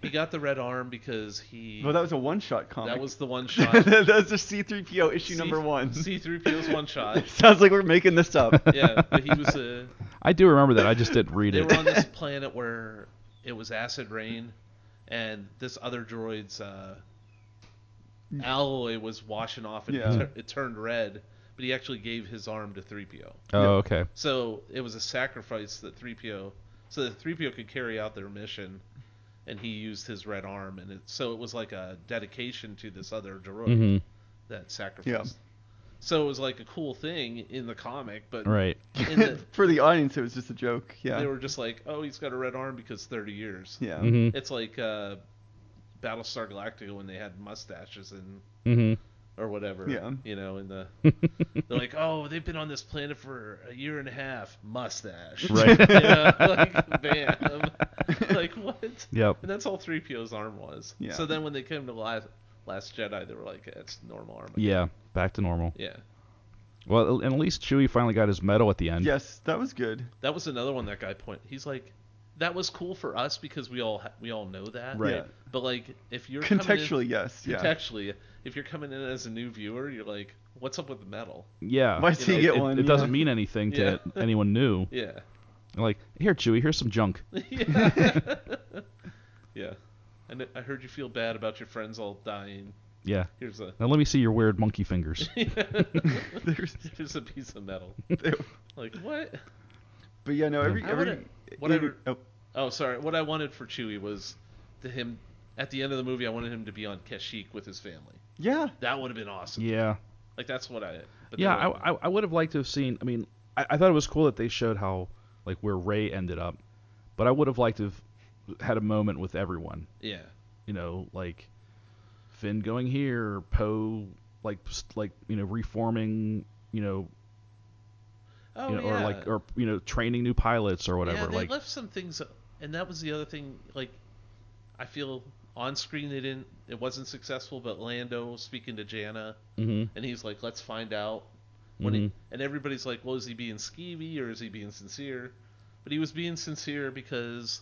S3: he got the red arm because he.
S4: well, that was a one-shot comic. *laughs*
S3: that was the one shot.
S4: that was just C-3PO issue
S3: *laughs*
S4: number one. *laughs*
S3: C3PO's one shot.
S4: Sounds like we're making this up.
S3: Yeah, but he was
S4: *laughs*
S3: a.
S2: I do remember that. I just didn't read
S3: they
S2: it.
S3: were on this planet where it was acid rain, and this other droid's uh, alloy was washing off, and it
S4: Mm. Yeah.
S3: tur- it turned red. But he actually gave his arm to 3PO,
S2: oh, okay.
S3: so it was a sacrifice that 3PO, so that 3PO could carry out their mission, and he used his red arm, and it, so it was like a dedication to this other droid
S2: hmm
S3: that sacrificed. So it was like a cool thing in the comic, but
S2: Right.
S3: *laughs*
S2: *laughs*
S3: in the,
S4: *laughs* For the audience, it was just a joke. Yeah.
S3: they were just like, "Oh, he's got a red arm because 30 years."
S4: yeah.
S2: hmm
S3: It's like uh, Battlestar Galactica when they had mustaches and
S2: hmm
S3: or whatever.
S4: Yeah.
S3: You know, in
S2: *laughs*
S3: the they're like, oh, they've been on this planet for a year and a half, mustache.
S2: Right.
S3: *laughs* You know,
S4: *laughs*
S3: like bam, like what? *laughs*
S2: Yep.
S3: And that's all three PO's arm was.
S4: Yeah.
S3: So then when they came to last Last Jedi, they were like, that's normal arm. again."
S2: Yeah. Back to normal.
S3: Yeah.
S2: Well, and at least Chewie finally got his medal at the end.
S4: Yes, that was good.
S3: That was another one that guy point. He's like. That was cool for us because we all ha- we all know that,
S2: Right.
S4: Yeah.
S3: But like, if you're coming in-
S4: Contextually, yes. Yeah. *laughs*
S3: Contextually, if you're coming in as a new viewer, you're like, what's up with the metal?
S4: *laughs*
S2: Yeah.
S4: Why does
S3: You
S4: he
S3: *laughs* know,
S4: get
S2: it,
S4: one?
S2: it
S4: yeah.
S2: doesn't mean anything to anyone new.
S4: *laughs*
S3: Yeah. *laughs*
S2: Like, here, Chewie, here's some junk.
S3: yeah. yeah. And I heard you feel bad about your friends all dying.
S2: Yeah.
S3: Here's a
S2: Now let me see your weird monkey fingers.
S4: *laughs* There's-
S3: *laughs* here's a piece of metal.
S4: *laughs* there-
S3: Like what?
S4: but yeah, no. Every
S3: I
S4: every
S3: would've- what I
S4: every-
S3: would-
S4: oh,
S3: Oh, sorry. What I wanted for Chewie was to him at the end of the movie. I wanted him to be on Kashyyyk with his family.
S4: yeah.
S3: That would have been awesome.
S2: yeah.
S3: Like that's what I. but they
S2: Yeah.
S3: weren't.
S2: I, I, I would have liked to have seen. I mean, I, I thought it was cool that they showed how like where Ray ended up, but I would have liked to have had a moment with everyone.
S3: yeah.
S2: You know, like Finn going here, Poe like s- like you know reforming. You know,
S3: Oh
S2: you know,
S3: yeah.
S2: or like or you know training new pilots or whatever.
S3: Yeah, they
S2: like
S3: left some things, and that was the other thing. Like, I feel on screen they didn't, it wasn't successful. But Lando speaking to Janna,
S2: Mhm.
S3: and he's like, "Let's find out." When he,
S2: Mm-hmm.
S3: and everybody's like, "Well, is he being skeevy or is he being sincere?" But he was being sincere because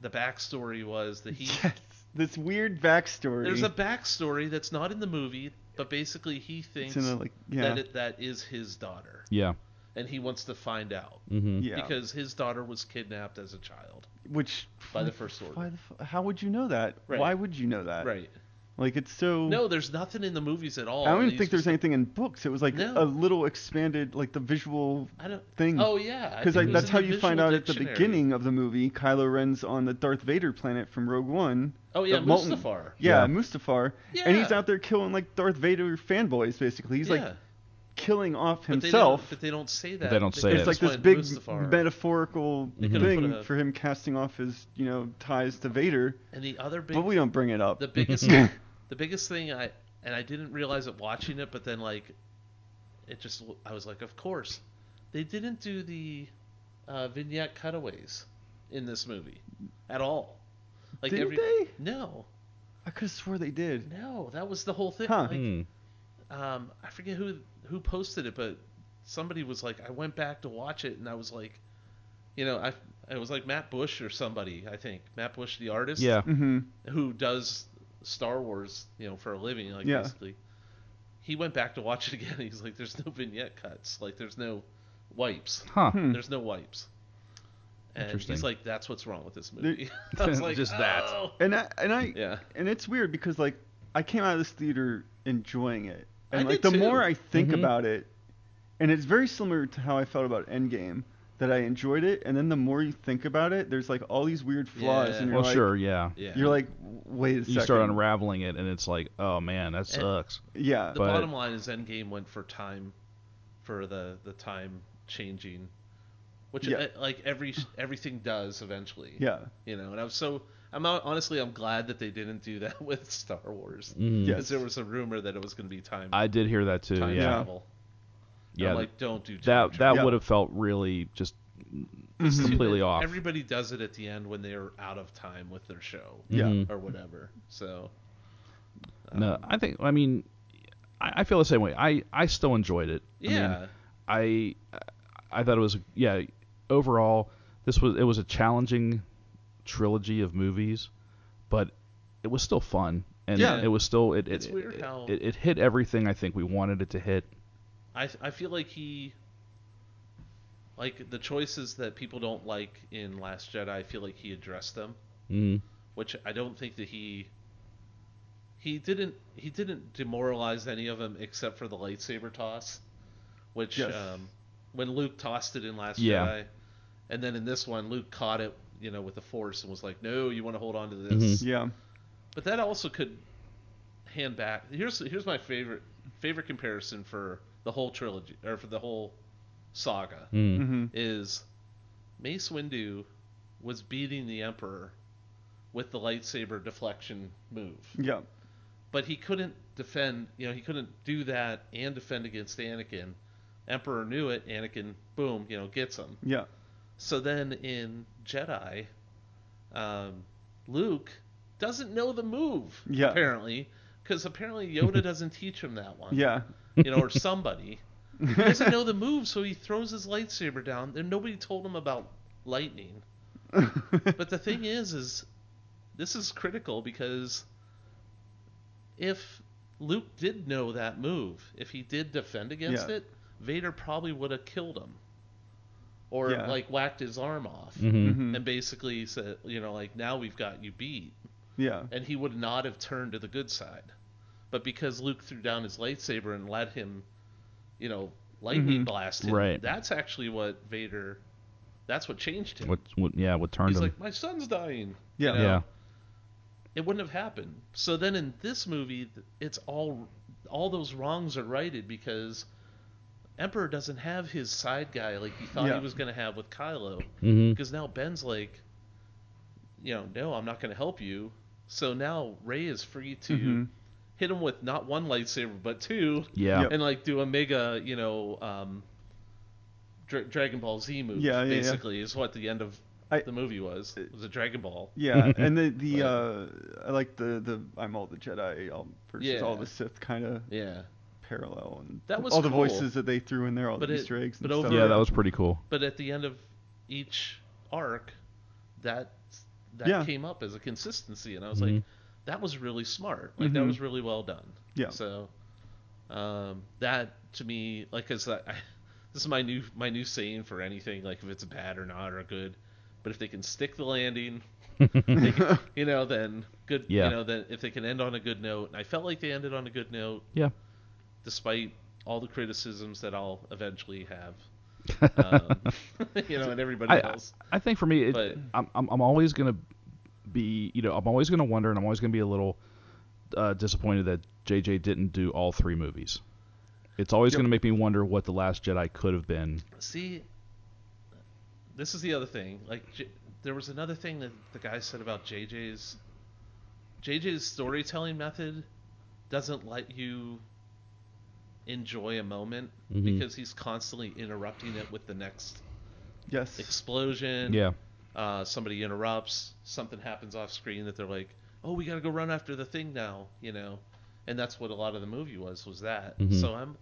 S3: the backstory was that he
S2: *laughs*
S4: *laughs* Yes. This weird backstory.
S3: there's a backstory that's not in the movie, but basically he thinks
S4: It's in the, like yeah.
S3: that it, that is his daughter,
S2: yeah.
S3: and he wants to find out
S2: Mm-hmm.
S4: yeah.
S3: because his daughter was kidnapped as a child.
S4: Which
S3: by the First Order.
S4: Why the, fu- how would you know that?
S3: Right.
S4: Why would you know that?
S3: Right.
S4: Like it's so.
S3: No, there's nothing in the movies at all.
S4: I don't
S3: and
S4: even
S3: he's
S4: think there's
S3: just-
S4: anything in books. It was like
S3: No.
S4: a little expanded, like the visual
S3: I don't.
S4: thing.
S3: Oh yeah, I
S4: Because
S3: think
S4: like
S3: it was
S4: that's
S3: in
S4: how
S3: the
S4: you find
S3: visual
S4: out at
S3: dictionary.
S4: the beginning of the movie, Kylo Ren's on the Darth Vader planet from Rogue One.
S3: Oh yeah,
S4: the molten-
S3: Mustafar.
S4: Yeah,
S2: Yeah.
S4: Mustafar, and he's
S3: Yeah.
S4: out there killing like Darth Vader fanboys. Basically, he's
S3: Yeah.
S4: like killing off
S3: But they
S4: himself.
S3: don't- But they don't say that.
S2: They don't say
S4: It's
S2: it.
S4: like
S3: just
S4: this
S3: went
S4: big
S3: Mustafar.
S4: metaphorical
S3: could've
S4: thing
S3: put a-
S4: for him casting off his you know ties to Vader,
S3: And the other big,
S4: but we don't bring it up.
S3: the
S4: *laughs*
S3: biggest, the biggest thing I and I didn't realize it watching it, but then like, it just I was like, of course, they didn't do the uh, vignette cutaways in this movie at all. Like
S4: Didn't
S3: every
S4: they?
S3: no,
S4: I could have swore they did.
S3: no, that was the whole thing.
S4: Huh.
S3: Like,
S2: Hmm.
S3: um, I forget who who posted it, but somebody was like, I went back to watch it, and I was like, you know, I It was like Matt Bush or somebody, I think. Matt Bush, the artist,
S2: Yeah.
S4: Mm-hmm.
S3: who does Star Wars, you know, for a living, like
S4: Yeah.
S3: basically. He went back to watch it again. *laughs* He's like, "There's no vignette cuts. Like, there's no wipes.
S2: Huh.
S4: Hmm.
S3: There's no wipes." And
S2: Interesting.
S3: he's like, "That's what's wrong with this
S4: There-
S3: movie." *laughs* I
S2: *laughs*
S3: was like,
S2: Just that.
S3: "Oh."
S4: And I and I
S3: Yeah.
S4: and it's weird because like I came out of this theater enjoying it,
S3: I
S4: and like
S3: did
S4: the
S3: too. Mm-hmm.
S4: more I think
S2: Mhm.
S4: about it, and it's very similar to how I felt about Endgame, that I enjoyed it, and then the more you think about it, there's like all these weird flaws,
S3: Yeah.
S4: and you're
S2: Well,
S4: like,
S2: sure, yeah.
S3: Yeah.
S4: you're like, wait a second,
S2: You start unraveling it, and it's like, oh man, that sucks.
S4: yeah,
S3: The
S2: But-
S3: bottom line is Endgame went for time, for the the time changing, which
S4: Yeah.
S3: uh, like every everything does eventually.
S4: yeah,
S3: You know, and I'm so I'm out, honestly I'm glad that they didn't do that *laughs* with Star Wars
S2: Mm.
S4: Yeah.
S3: because there was a rumor that it was going to be time
S2: I did hear that too.
S3: time
S2: yeah.
S3: travel. And
S2: Yeah.
S3: I'm like don't do time
S2: that that
S3: travel.
S4: Yeah.
S2: would have felt really just
S3: Mm-hmm.
S4: Mhm.
S2: *laughs*
S3: *laughs*
S2: completely off.
S3: Everybody does it at the end when they're out of time with their show
S4: Yeah.
S2: Mhm.
S3: or whatever. So
S2: No, I think I mean I, I feel the same way. I I still enjoyed it.
S3: yeah,
S2: I mean, I I thought it was yeah. Overall, this was it was a challenging trilogy of movies, but it was still fun and
S3: Yeah.
S2: it was still it it,
S3: It's weird
S2: it,
S3: how-
S2: it it hit everything I think we wanted it to hit.
S3: I I feel like he like the choices that people don't like in Last Jedi, I feel like he addressed them,
S2: Mm.
S3: which I don't think that he he didn't he didn't demoralize any of them except for the lightsaber toss, which
S4: Yes.
S3: um, when Luke tossed it in Last
S2: Yeah.
S3: Jedi, and then in this one Luke caught it you know with the Force and was like, no, you want to hold on to this,
S4: yeah,
S3: but that also could hand back. Here's here's my favorite favorite comparison for the whole trilogy or for the whole saga
S2: Mm.
S4: mm-hmm.
S3: is Mace Windu was beating the Emperor with the lightsaber deflection move,
S4: yeah,
S3: but he couldn't defend. You know, he couldn't do that and defend against Anakin. Emperor knew it. Anakin, boom, you know, gets him.
S4: yeah,
S3: So then in Jedi, um, Luke doesn't know the move
S4: Yeah.
S3: apparently because apparently
S4: *laughs*
S3: Yoda doesn't teach him that one.
S4: yeah, *laughs*
S3: you know, or somebody he doesn't know the move, so he throws his lightsaber down. And nobody told him about lightning. But the thing is, is this is critical because if Luke did know that move, if he did defend against
S4: Yeah.
S3: it, Vader probably would have killed him, or
S4: Yeah.
S3: like whacked his arm off,
S2: Mhm.
S4: Mhm.
S3: and basically said, you know, like now we've got you beat,
S4: yeah,
S3: and he would not have turned to the good side. But because Luke threw down his lightsaber and let him, you know, lightning
S4: Mhm.
S3: blast him,
S2: Mm-hmm. Right.
S3: that's actually what Vader. That's what changed him.
S2: What, what yeah what turned
S3: He's
S2: him
S3: like, my son's dying.
S4: yeah,
S3: you know?
S2: yeah
S3: it wouldn't have happened. So then in this movie, th- it's all all those wrongs are righted because Emperor doesn't have his side guy like he thought
S4: Yeah.
S3: he was going to have with Kylo
S2: hmm
S3: because now Ben's like, you know, no, I'm not going to help you. So now Ray is free to
S4: Mhm.
S3: hit him with not one lightsaber but two,
S2: yeah
S4: Yep.
S3: and like do a mega, you know, um, Dra- Dragon Ball Z move.
S4: Yeah, yeah, yeah.
S3: basically is what the end of
S4: I-
S3: the movie was. It was a Dragon Ball.
S4: Yeah, and the
S2: *laughs*
S4: the
S3: But-
S4: uh, I like the the I'm all the Jedi, all versus all
S3: Yeah.
S4: the Sith kind of
S3: Yeah.
S4: parallel, and
S3: That was
S4: all the
S3: cool.
S4: voices that they threw in there, all
S3: But
S4: the
S3: it-
S4: Easter eggs.
S3: but
S4: and
S3: over-
S4: stuff.
S2: yeah that was pretty cool.
S3: But at the end of each arc, that that
S4: Yeah.
S3: came up as a consistency, and I was
S2: Mhm.
S3: like, that was really smart. Like that
S4: Mhm.
S3: was really well done.
S4: Yeah.
S3: So um, that to me, like, is that I, this is my new my new saying for anything. Like if it's bad or not or good, but if they can stick the landing, they can- you know, then good.
S2: Yeah.
S3: You know, then if they can end on a good note, and I felt like they ended on a good note
S2: Yeah.
S3: despite all the criticisms that I'll eventually have.
S2: *laughs*
S3: um, *laughs* you know, and everybody
S2: I-
S3: else.
S2: I think for me, it,
S3: But-
S2: I'm, I'm I'm always gonna be you know I'm always gonna wonder and I'm always gonna be a little uh, disappointed that JJ didn't do all three movies. It's always
S4: Yep.
S2: gonna make me wonder what the Last Jedi could have been.
S3: See, this is the other thing. Like, J- there was another thing that the guy said about JJ's JJ's storytelling method doesn't let you enjoy a moment
S2: Mhm.
S3: because he's constantly interrupting it with the next
S4: yes,
S3: explosion.
S2: Yeah,
S3: uh, somebody interrupts, something happens off screen that they're like, "Oh, we gotta go run after the thing now," you know, and that's what a lot of the movie was was that.
S2: Mhm.
S3: So I'm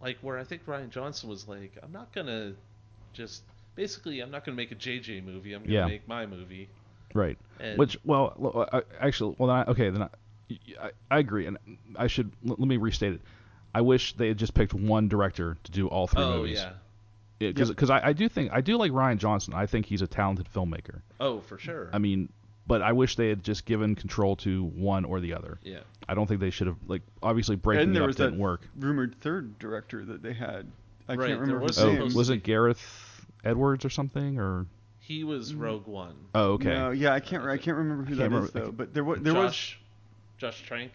S3: like, where I think Ryan Johnson was like, I'm not gonna just basically I'm not going to make a JJ movie. I'm going to
S2: Yeah.
S3: make my movie.
S2: Right.
S3: And
S2: Which, well, l- I- I- actually, well, then I, okay, then I, I, I agree, and I should l- let me restate it. I wish they had just picked one director to do all three
S3: oh
S2: movies.
S3: yeah,
S2: because because I, I do think I do like Ryan Johnson. I think he's a talented filmmaker.
S3: oh for sure.
S2: I mean, but I wish they had just given control to one or the other.
S3: yeah,
S2: I don't think they should have like obviously breaking
S4: and
S2: it
S4: there
S2: up
S4: was
S2: didn't
S4: that
S2: work.
S4: rumored third director that they had. I
S3: Right, there
S4: can't remember
S3: was
S4: his
S2: Oh,
S4: name.
S3: supposed-
S2: was it Gareth Edwards or something or?
S3: he
S2: Mm-hmm.
S3: was Rogue One.
S2: Oh, okay.
S4: No, yeah, I can't. I can't remember who
S2: I
S4: that is
S2: can't remember- I
S4: though. But there was there
S3: Josh, Josh Trank.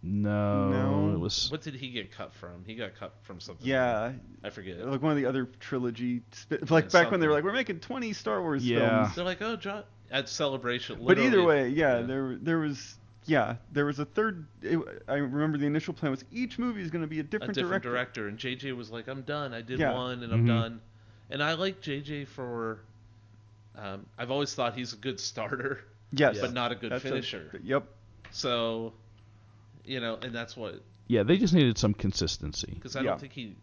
S2: No,
S4: No.
S2: it was
S3: What did he get cut from? He got cut from something.
S4: was yeah,
S3: I forget.
S4: like one of the other trilogy, sp- like back when they were like, we're making 20 Star Wars
S2: Yeah.
S4: films.
S3: They're like, oh, John at celebration.
S4: But either
S3: literally-
S4: way, yeah,
S3: yeah.
S4: there there was yeah there was a third. It, I remember the initial plan was each movie is going to be a different,
S3: a different
S4: director.
S3: director. and JJ was like, "I'm done. I did
S4: Yeah.
S3: one, and I'm
S2: Mhm.
S3: done." And I like JJ for. Um, I've always thought he's a good starter,
S4: Yes,
S3: but not a good
S4: That's a-
S3: finisher.
S4: yep.
S3: so, you know, and that's what
S2: yeah. They just needed some consistency.
S3: because I
S4: Yeah.
S3: don't think he,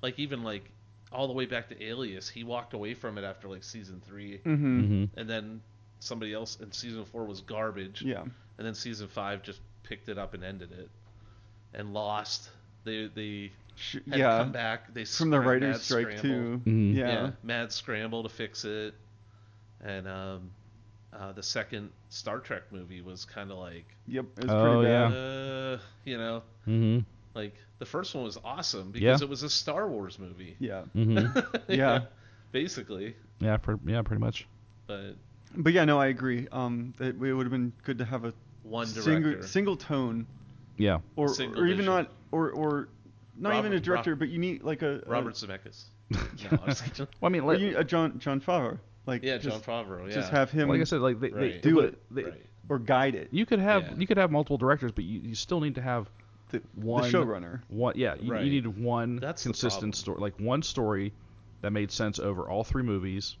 S3: like even like all the way back to Alias, he walked away from it after like season three,
S4: Mm-hmm.
S2: hmm
S3: and then somebody else in season four was garbage,
S4: Yeah.
S3: and then season five just picked it up and ended it, and lost. They they
S4: Sh-
S3: had
S4: yeah.
S3: come back. They
S4: From the
S3: scram-
S4: writers'
S3: mad
S4: strike
S3: scramble.
S4: too.
S2: Mhm.
S4: Yeah.
S3: mad scramble to fix it, and um, uh, the second Star Trek movie was kind of like,
S4: Yep. It was
S2: Oh,
S4: pretty bad.
S2: yeah.
S3: uh, you know,
S2: hmm
S3: like the first one was awesome because
S2: Yeah.
S3: it was a Star Wars movie. *laughs*
S4: Yeah.
S2: hmm
S3: mm-hmm.
S4: Yeah.
S3: basically.
S2: *laughs* yeah, pr- yeah, pretty much.
S3: But
S4: But yeah, no, I agree. Um, it, it would have been good to have a
S3: one
S4: single,
S3: director.
S4: single tone,
S2: Yeah, *laughs*
S4: or
S3: Single
S4: or even
S3: vision.
S4: not, or or not even
S3: Robert-
S4: a
S3: Rob-
S4: director, but you need like a a-
S3: Robert Zemeckis. No, I'm
S4: *laughs*
S3: just kidding.
S2: Well, I mean,
S4: or
S2: like,
S4: you, a John John Favreau, like
S3: yeah,
S4: just,
S3: John Favreau. Yeah.
S4: just have him
S2: like I said, like they,
S3: Right.
S2: they
S4: Do
S2: but
S4: it.
S2: They,
S3: right.
S4: or guide it.
S2: You could have
S3: Yeah.
S2: you could have multiple directors, but you, you still need to have
S4: The,
S2: one
S4: the showrunner.
S2: One, yeah, you,
S3: Right.
S2: you need one
S3: That's the problem.
S2: consistent story, like one story that made sense over all three movies.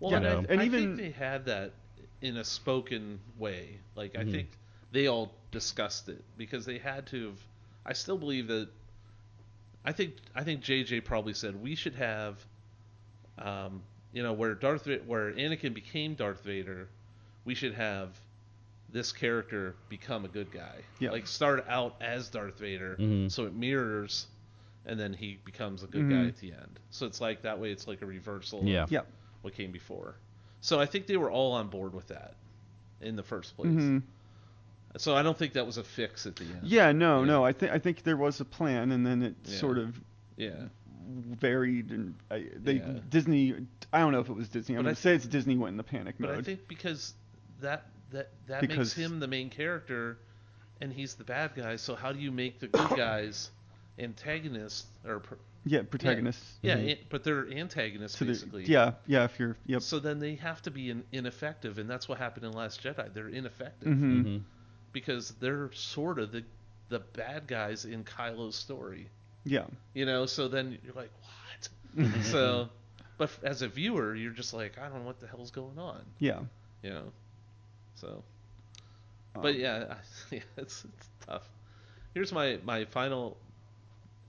S3: Well,
S2: You
S3: and, I,
S2: know.
S3: and
S4: And
S3: I think
S4: even-
S3: they had that in a spoken way. Like
S2: Mm-hmm.
S3: I think they all discussed it because they had to have. I still believe that. I think I think JJ probably said we should have, um, you know, where Darth Va- where Anakin became Darth Vader, we should have this character become a good guy.
S4: Yeah.
S3: Like start out as Darth Vader,
S2: Mhm.
S3: so it mirrors, and then he becomes a good guy
S4: Mhm.
S3: at the end. So it's like that way. It's like a reversal. of
S2: Mm-hmm. Yeah.
S4: Yeah.
S3: what came before. So I think they were all on board with that in the first place.
S4: Mhm.
S3: So I don't think that was a fix at the end.
S4: Yeah, no,
S3: Yeah.
S4: no. I think I think there was a plan, and then it
S3: Yeah.
S4: sort of
S3: Yeah.
S4: varied, and I, they
S3: Yeah.
S4: Disney. I don't know if it was Disney. I'm
S3: But I
S4: gonna say it's Disney went into panic
S3: But
S4: mode.
S3: I think because that that that makes
S4: Because-
S3: him the main character and he's the bad guy, so how do you make the
S4: *coughs*
S3: good guys antagonists or pr-
S4: yeah, protagonists.
S3: yeah,
S2: Mhm.
S3: an- but they're antagonists
S4: Mm-hmm. To the,
S3: basically.
S4: yeah, yeah. If you're, yep.
S3: So then they have to be in, ineffective and that's what happened in Last Jedi. They're ineffective
S4: Mhm.
S2: Mm-hmm.
S3: because they're sort of the the bad guys in Kylo's story.
S4: Yeah.
S3: you know so then you're like what so but f- as a viewer you're just like i don't know what the hell's going on
S4: Yeah.
S3: you know so
S4: Um,
S3: but yeah, *laughs* I, yeah it's, it's tough here's my my final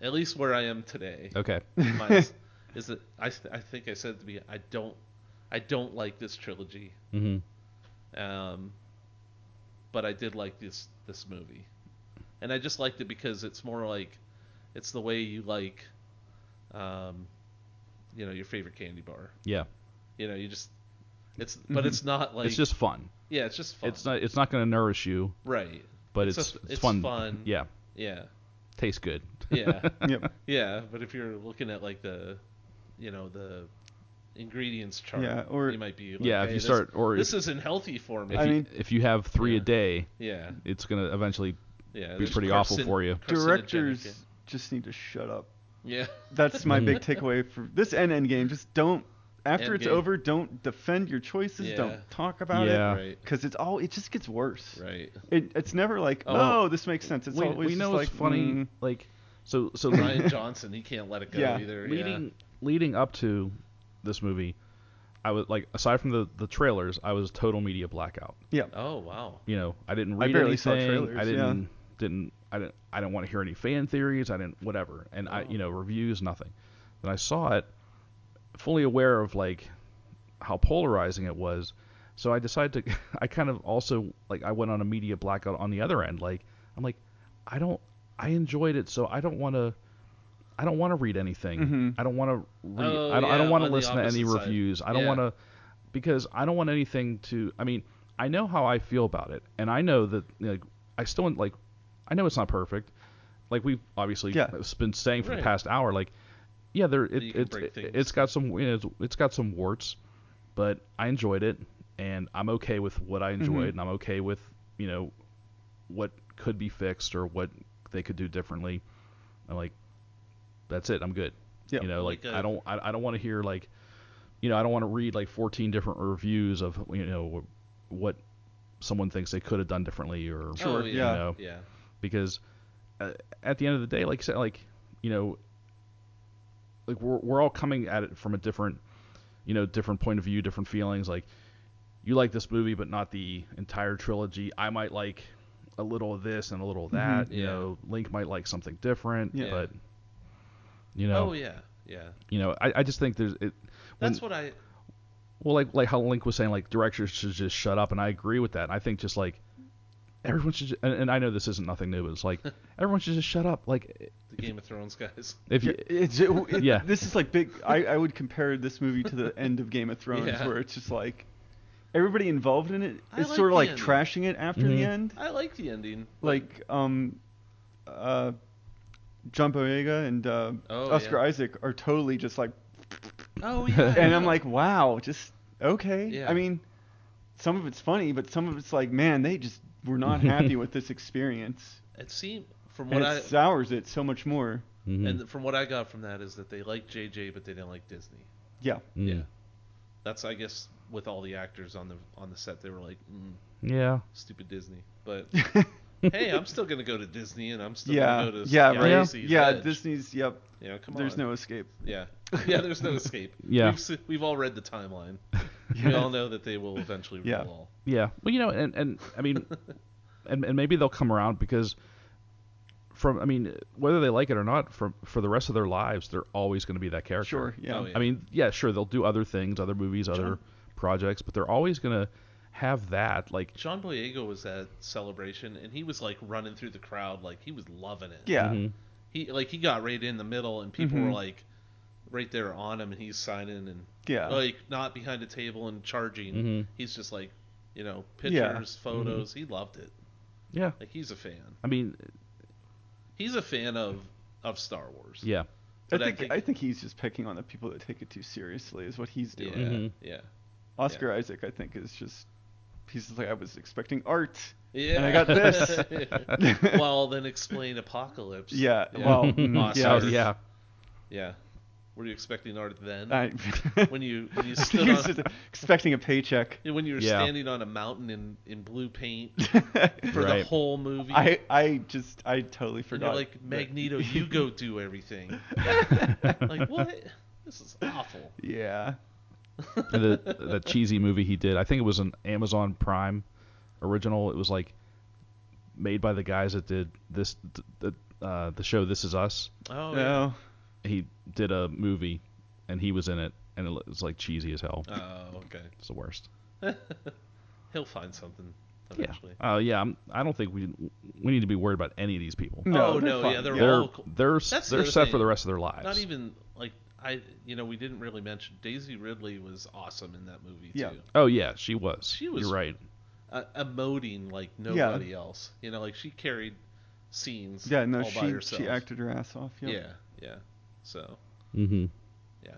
S3: at least where i am today
S2: Okay.
S3: my, is that I, th- I think i said to be i don't i don't like this trilogy
S2: Mm-hmm.
S3: um but i did like this this movie and i just liked it because it's more like it's the way you like um you know your favorite candy bar
S2: Yeah.
S3: you know you just it's but it's not like
S2: Mm-hmm. it's just fun.
S3: yeah it's just fun
S2: It's not it's not going to nourish you,
S3: right
S2: but
S3: It's
S2: it's
S3: just-
S2: it's,
S3: it's
S2: fun.
S3: fun.
S2: Yeah. *laughs*
S3: yeah
S2: Tastes good.
S3: yeah *laughs*
S4: Um, Yep.
S3: yeah but if you're looking at like the you know the ingredients chart
S4: Yeah, or-
S3: you might be like,
S2: yeah.
S3: "Hey,
S2: If you
S3: this-
S2: start or
S3: this
S2: if,
S3: isn't healthy for me
S2: if
S4: I
S2: you,
S4: mean-
S2: if you have three
S3: Yeah.
S2: a day,
S3: yeah
S2: it's going to eventually
S3: yeah
S2: be
S3: there's
S2: pretty awful
S3: carcin-
S2: for you.
S3: carcinogenic,
S4: Directors just need to shut up.
S3: yeah
S4: That's
S3: *laughs*
S4: my big takeaway for this and Endgame. Just don't. After it's
S3: Endgame.
S4: over, don't defend your choices.
S3: Yeah.
S4: Don't talk about
S2: Yeah.
S4: it.
S3: right
S4: Because it's all. It just gets worse.
S3: right
S4: It, it's never like,
S2: Oh.
S4: oh, this makes sense. It's
S2: we,
S4: always
S2: we know
S4: just
S2: it's
S4: like,
S2: funny.
S4: mm,
S2: Like so
S3: *laughs*
S2: so
S4: *laughs*
S3: Ryan Johnson, he can't let it go
S4: Yeah,
S3: either.
S2: leading leading up to this movie, I was like aside from the the trailers, I was total media blackout.
S3: yeah. Oh wow.
S2: you know, I didn't
S4: I
S2: read
S4: barely saw
S2: anything.
S4: trailers,
S2: I
S4: yeah.
S2: didn't didn't I didn't I didn't want to hear any fan theories. I didn't whatever, and I
S3: Oh.
S2: you know reviews nothing. Then I saw it, fully aware of like how polarizing it was. So I decided to. *laughs* I kind of also like I went on a media blackout on the other end. Like I'm like, I don't. I enjoyed it, so I don't want to. I don't want to read anything.
S4: Mhm.
S2: I don't want to read.
S3: Oh,
S2: I don't, I
S3: yeah,
S2: don't want to
S3: on the
S2: listen to any
S3: opposite side.
S2: reviews. I don't
S3: Yeah.
S2: want to because I don't want anything to. I mean, I know how I feel about it, and I know that like I still want- like. I know it's not perfect. Like we've obviously
S4: Yeah.
S2: it's been saying for the
S3: Right.
S2: past hour, like yeah, there it,
S3: you can
S2: it's
S3: break
S2: it,
S3: things.
S2: it's got some you know, it's, it's got some warts, but I enjoyed it, and I'm okay with what I enjoyed,
S4: Mhm.
S2: and I'm okay with you know what could be fixed or what they could do differently. I'm like, that's it. I'm good.
S4: Yeah.
S2: You know, like
S3: Like, uh,
S2: I don't I, I don't want to hear like, you know, I don't want to read like 14 different reviews of you know what someone thinks they could have done differently or
S4: Sure,
S3: Oh, yeah.
S2: you know
S3: Yeah.
S2: because uh, at the end of the day, like I said, like you know, like we're we're all coming at it from a different, you know, different point of view, different feelings. Like you like this movie, but not the entire trilogy. I might like a little of this and a little of that. You
S3: Mm-hmm. Yeah.
S2: know, Link might like something different,
S3: Yeah.
S2: but you know,
S3: Oh yeah. Yeah.
S2: you know, I, I just think there's it. when-
S3: That's what I.
S2: well, like like how Link was saying, like directors should just shut up, and I agree with that. I think just like everyone should, ju- and, and I know this isn't nothing new, but
S3: *laughs*
S2: it's like everyone should just shut up. Like
S3: The Game of Thrones guys. *laughs*
S2: if you,
S4: Yeah, *laughs* it's, it, it-
S2: Yeah.
S4: This is like big. I, I would compare this movie to the end of Game of Thrones,
S3: Yeah.
S4: where it's just like everybody involved in it
S3: I
S4: is
S3: like
S4: sort of
S3: the
S4: like
S3: ending.
S4: trashing it after
S2: Mhm.
S4: the end.
S3: I like the ending.
S4: Like, um, uh, John Boyega and uh,
S3: Oh,
S4: Oscar
S3: yeah.
S4: Isaac are totally just like, *laughs*
S3: Oh yeah.
S4: and I'm
S3: yeah.
S4: like, wow, just okay.
S3: Yeah.
S4: I mean, some of it's funny, but some of it's like, man, they just were not happy with this experience,
S3: it seemed from
S4: and
S3: what
S4: it
S3: I
S4: sours it so much more.
S2: Mhm.
S3: and from what I got from that is that they liked JJ but they didn't like Disney.
S4: Yeah.
S2: Mm.
S3: Yeah. That's I guess with all the actors on the on the set they were like mm,
S2: yeah,
S3: stupid Disney.
S4: *laughs*
S3: But hey, I'm still gonna go to Disney and I'm still
S4: yeah,
S3: gonna go to
S4: yeah, right.
S3: Galaxy's
S4: Yeah,
S3: Edge.
S4: Disney's. Yep,
S3: You know, come
S4: there's
S3: on.
S4: no escape. *laughs*
S3: Yeah. Yeah, there's no escape.
S2: Yeah.
S3: We've, se- we've all read the
S4: *laughs*
S3: timeline. We
S4: Yeah.
S3: all know that they will eventually roll
S4: Yeah.
S3: all.
S2: yeah. Well, you know, and and I mean, and and maybe they'll come around because from I mean, whether they like it or not, from for the rest of their lives, they're always going to be that character.
S4: Sure. Yeah.
S3: Oh, yeah.
S2: I mean, yeah, sure, they'll do other things, other movies, other
S3: Sure.
S2: projects, but they're always going to have that. Like,
S3: John Boyega was at Celebration, and he was like running through the crowd, like he was loving it.
S4: Yeah.
S2: Mhm.
S3: He like he got right in the middle, and people were
S4: Mhm.
S3: like right there on him, and he's signing and
S4: Yeah. Mm-hmm.
S3: like not behind a table and charging.
S2: Mhm.
S3: He's just like, you know, pictures,
S4: Yeah. Mm-hmm.
S3: photos. He loved it.
S2: yeah.
S3: Like he's a fan.
S2: I mean,
S3: He's a fan of of Star Wars.
S2: yeah.
S4: I
S3: But
S4: think, I think he's just picking on the people that take it too seriously is what he's
S3: yeah,
S4: doing.
S2: Mhm.
S3: yeah,
S4: Oscar Isaac, I think, is just he's just like I was expecting art.
S3: yeah.
S4: I got this.
S3: *laughs*
S4: *laughs*
S3: well, then explain Apocalypse.
S4: Yeah.
S3: Yeah.
S4: Well.
S3: Oscars.
S4: mm, *laughs* yeah.
S2: Oh, yeah.
S3: yeah. Were you expecting art then?
S4: I,
S3: Mm-hmm. *laughs* when you when
S4: *laughs*
S3: you
S4: I
S3: stood
S4: think he's
S3: on,
S4: just expecting a paycheck.
S3: *laughs* when you were
S2: Yeah.
S3: standing on a mountain in, in blue paint for the
S2: Right.
S3: whole movie.
S4: I I just I totally
S3: and you're
S4: forgot.
S3: like
S4: that-
S3: Magneto, you go do
S4: *laughs*
S3: everything. like what? This is awful.
S4: yeah.
S2: And the, the cheesy movie he did, I think it was an Amazon Prime original. It was like made by the guys that did this the uh, the show This Is Us.
S3: Oh yeah.
S4: no.
S2: He did a movie, and he was in it, and it was like cheesy as hell.
S3: Oh okay.
S2: It's the worst.
S3: He'll find something
S2: Yeah.
S3: eventually.
S2: Oh yeah. I'm, I don't think we we need to be worried about any of these people.
S4: No,
S3: oh
S4: they're
S3: no, yeah,
S4: fine.
S3: they're,
S2: They're
S3: all cool.
S2: they're
S3: That's the
S2: they're
S3: other
S2: set for
S3: thing.
S2: the rest of their lives.
S3: not even like I. You know, we didn't really mention Daisy Ridley was awesome in that movie
S4: Yeah.
S3: too.
S2: Oh yeah, she was.
S3: She was-
S2: You're right.
S3: Uh, emoting like nobody else. You know, like she carried scenes.
S4: Yeah. No.
S3: all by
S4: She
S3: herself.
S4: she acted her ass off. Yep.
S3: Yeah, yeah. So *laughs*
S2: Mm-hmm.
S3: yeah.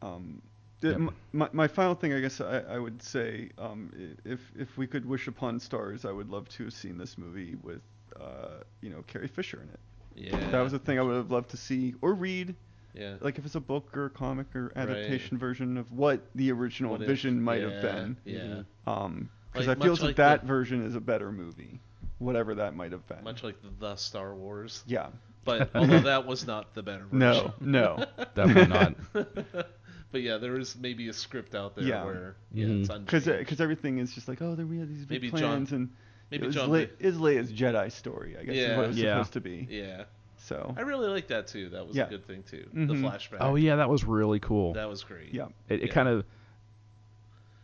S4: Um,
S2: Yep.
S4: m- my, my final thing, I guess I, I would say, um, i- if if we could wish upon stars, I would love to have seen this movie with, uh, you know, Carrie Fisher in it.
S3: Yeah.
S4: That was a thing I would have loved to see or read,
S3: yeah.
S4: like if it's a book or a comic or
S3: Right.
S4: adaptation version of what the original
S3: What if-
S4: vision might
S3: yeah,
S4: have been.
S3: Yeah.
S2: Mhm.
S4: Um, because
S3: Like,
S4: I feel
S3: much
S4: that
S3: like
S4: that
S3: the-
S4: version is a better movie, whatever that might have been.
S3: Much like the, the Star Wars,
S4: yeah. *laughs*
S3: but although that was not the better version.
S4: No. No.
S2: Definitely not.
S3: *laughs* but yeah, there is maybe a script out there
S4: Yeah.
S3: where yeah,
S2: Mhm.
S3: it's
S4: Because
S3: unchanged.
S4: uh, everything is just like, oh, there we had these big
S3: Maybe John-
S4: plans and
S3: maybe
S4: it was
S3: John.
S4: late, it was late as Jedi story, I guess is
S3: Yeah.
S4: what it was
S2: Yeah.
S4: supposed to be.
S3: yeah.
S4: So
S3: I really like that too. That was
S4: Yeah.
S3: a good thing too. The
S4: Mhm.
S3: flashback.
S2: Oh yeah, that was really cool.
S3: that was great.
S4: yeah,
S2: it it
S3: yeah.
S2: kind of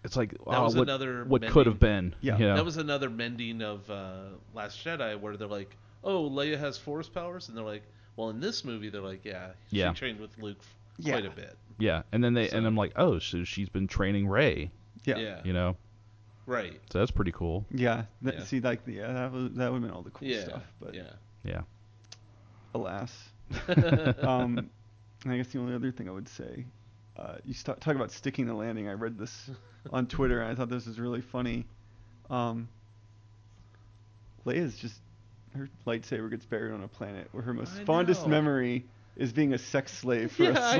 S2: it's like
S3: That
S2: oh,
S3: was
S2: what,
S3: another.
S2: what
S3: mending-
S2: could have been.
S4: Yeah.
S2: you know?
S3: That was another mending of uh, Last Jedi where they're like, "Oh, Leia has force powers," and they're like, "Well, in this movie, they're like, yeah,
S2: Yeah.
S3: she trained with Luke f-
S4: Yeah.
S3: quite a bit."
S2: yeah. And then they and
S3: So-
S2: I'm like, oh, so she's been training Ray.
S4: yeah, yeah.
S3: yeah.
S2: You know,
S3: Right.
S2: so that's pretty cool.
S4: That,
S3: Yeah.
S4: See, like, yeah, that was that would have been all the cool
S3: yeah.
S4: stuff. But *laughs*
S2: Yeah.
S3: *laughs*
S4: alas,
S3: yeah.
S4: um, and I guess the only other thing I would say, uh, you st- talk about sticking the landing. I read
S3: *laughs*
S4: this on Twitter and I thought this was really funny. Um, Leia's just her lightsaber gets buried on a planet where her most
S3: I
S4: fondest
S3: know.
S4: memory is being a sex slave
S3: *laughs*
S4: for
S3: Yeah, I-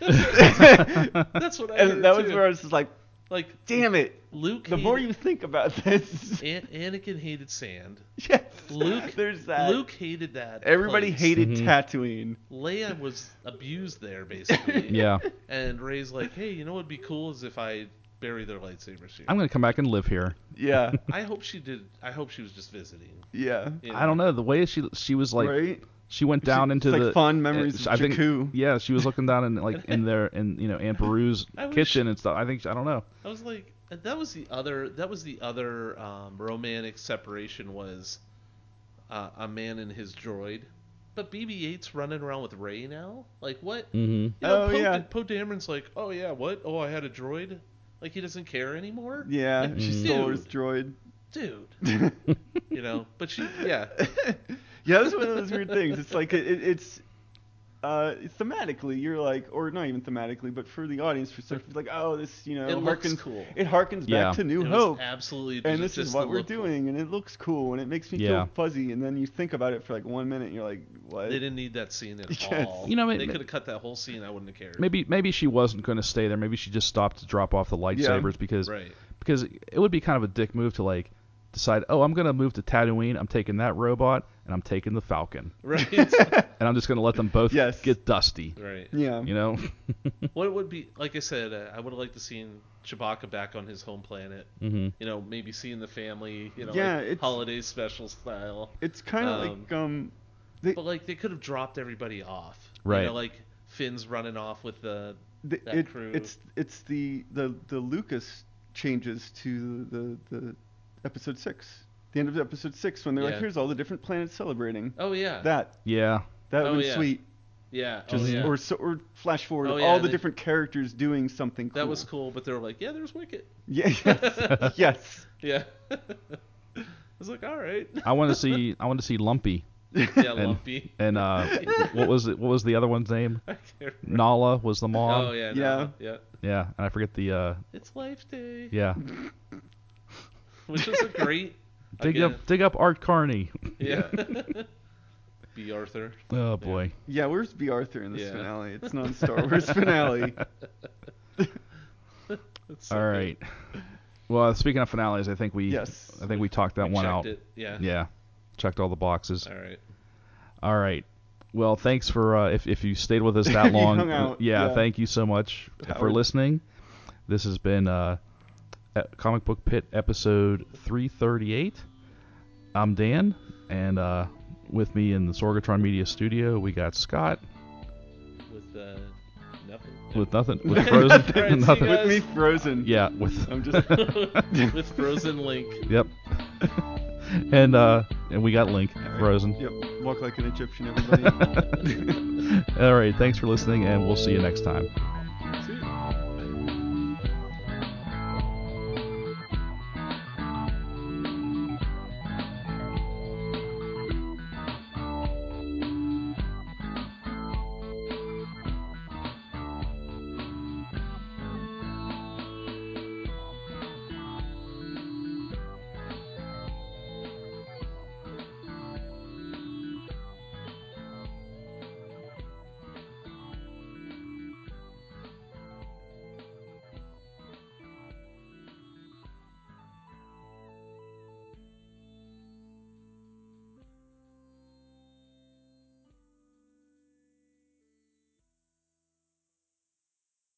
S4: a slug.
S3: *laughs*
S4: *laughs*
S3: That's what I heard
S4: and that was
S3: too.
S4: where I was just like,
S3: like
S4: damn it.
S3: Luke.
S4: The more
S3: hated-
S4: you think about this, *laughs*
S3: An- Anakin hated sand.
S4: yes,
S3: Luke-
S4: *laughs* there's that.
S3: Luke hated that.
S4: Everybody
S3: place.
S4: hated
S2: Mhm.
S4: Tatooine.
S3: Leia was abused there
S4: *laughs*
S3: basically.
S2: Yeah.
S3: And Ray's like, hey, you know what'd be cool is if I bury their lightsabers here.
S2: I'm gonna come back and live here.
S4: Yeah,
S3: I hope she did. I hope she was just visiting. *laughs*
S4: yeah.
S3: you
S2: I don't know the way she she was like
S4: right?
S2: she went
S4: It's
S2: down
S4: like-
S2: into
S4: it's
S2: the
S4: like fond memories
S2: uh,
S4: of
S2: I think-
S4: Jakku.
S2: yeah she was looking down in like in there in you know Aunt Beru's
S3: *laughs* I wish-
S2: kitchen and stuff. I think I don't know.
S3: I was like, uh, that was the other. That was the other um, romantic separation was uh, a man and his droid. But BB-8's running around with Ray now. Like what?
S2: Mm-hmm.
S3: You know,
S4: Oh,
S3: Poe,
S4: yeah.
S3: Poe Dameron's like, oh yeah, what? Oh, I had a droid. Like he doesn't care anymore,
S4: Yeah, she
S2: Mm.
S4: stole his droid.
S3: dude.
S4: yeah, *laughs*
S3: You know. But she, yeah,
S4: that's one of those weird things. It's like it, it, it's uh, thematically, you're like, or not even thematically, but for the audience, for some, like, oh, this, you know,
S3: it looks
S4: harkens,
S3: cool.
S4: it harkens
S2: Yeah.
S4: back to New
S3: It was
S4: Hope,
S3: absolutely.
S4: and
S3: ju-
S4: this
S3: just
S4: is
S3: the
S4: what we're
S3: look for it.
S4: doing, and it looks cool, and it makes me
S2: Yeah.
S4: feel fuzzy, and then you think about it for like one minute, and you're like, what?
S3: They didn't need that scene at
S4: *laughs* Yes.
S3: all.
S2: You know, it-
S3: they could have cut that whole scene. I wouldn't have cared.
S2: Maybe maybe she wasn't going to stay there. Maybe she just stopped to drop off the lightsabers because
S3: Right.
S2: because it would be kind of a dick move to like decide oh I'm going to move to Tatooine. I'm taking that robot and I'm taking the Falcon
S3: Right.
S2: *laughs*
S3: *laughs*
S2: and I'm just going to let them both
S4: Yes.
S2: get dusty.
S3: right.
S4: Yeah,
S2: You know.
S3: What would be like I said, uh, I would have liked to seen Chewbacca back on his home planet.
S2: mm-hmm.
S3: You know, maybe seeing the family. You know,
S4: Yeah,
S3: like
S4: it's-
S3: holiday special style.
S4: it's kind of like um, they,
S3: But like they could have dropped everybody off.
S2: Right.
S3: You know, like Finn's running off with the.
S4: the,
S3: that
S4: it,
S3: crew.
S4: It's it's the, the the Lucas changes to the the episode six. The end of episode six when they're
S3: Yeah.
S4: like, here's all the different planets celebrating.
S3: Oh yeah.
S4: That
S2: Yeah.
S4: that would
S3: Oh,
S4: have been
S3: yeah.
S4: sweet.
S3: yeah.
S4: Just
S3: oh, yeah.
S4: or so, or flash forward
S3: Oh,
S4: of
S3: yeah,
S4: all
S3: and
S4: the
S3: they-
S4: different characters doing something. Cool.
S3: That was cool, but they were like, yeah, there's Wicket.
S4: Yeah.
S3: *laughs*
S4: Yes. yes.
S3: Yeah. I was like, all
S2: *laughs*
S3: right.
S2: I want to see I want to see Lumpy
S3: Yeah, Lumpy. *laughs*
S2: and uh what was it what was the other one's name?
S3: I can't remember.
S2: Nala was the mom.
S3: Oh yeah.
S4: Yeah.
S3: No, yeah.
S2: Yeah, and I forget the uh
S3: It's Life Day.
S2: yeah.
S3: Which is a great.
S2: *laughs* Dig
S3: again,
S2: up dig up Art Carney.
S3: Yeah.
S2: *laughs*
S3: *laughs* B. Arthur.
S2: Oh boy.
S4: Yeah. Where's B. Arthur in this
S3: Yeah.
S4: finale? It's not a Star
S3: *laughs*
S4: Wars finale.
S3: That's
S2: All right. Well, speaking of finales, I think we
S4: Yes.
S2: I think we talked that
S3: We
S2: one
S3: checked
S2: out.
S3: It. Yeah.
S2: Yeah. Checked all the boxes.
S3: All right.
S2: All right. Well, thanks for uh, if if you stayed with us
S4: *laughs* You
S2: that long.
S4: hung out,
S2: Yeah,
S4: yeah.
S2: thank you so much for
S4: Howard.
S2: listening. This has been uh, e- Comic Book Pit episode 338. I'm Dan, and uh, with me in the Sorgatron Media Studio, we got Scott
S3: With uh, nothing.
S2: with nothing
S4: *laughs*
S2: with Frozen.
S3: All right, see you
S2: *laughs* nothing.
S3: guys.
S4: With me frozen.
S2: Yeah, with
S4: I'm just.
S3: with Frozen Link.
S2: Yep. *laughs* and uh and we got Link frozen.
S3: *laughs*
S4: Yep. Walk like an Egyptian, everybody.
S2: All right, thanks for listening and we'll see you next time.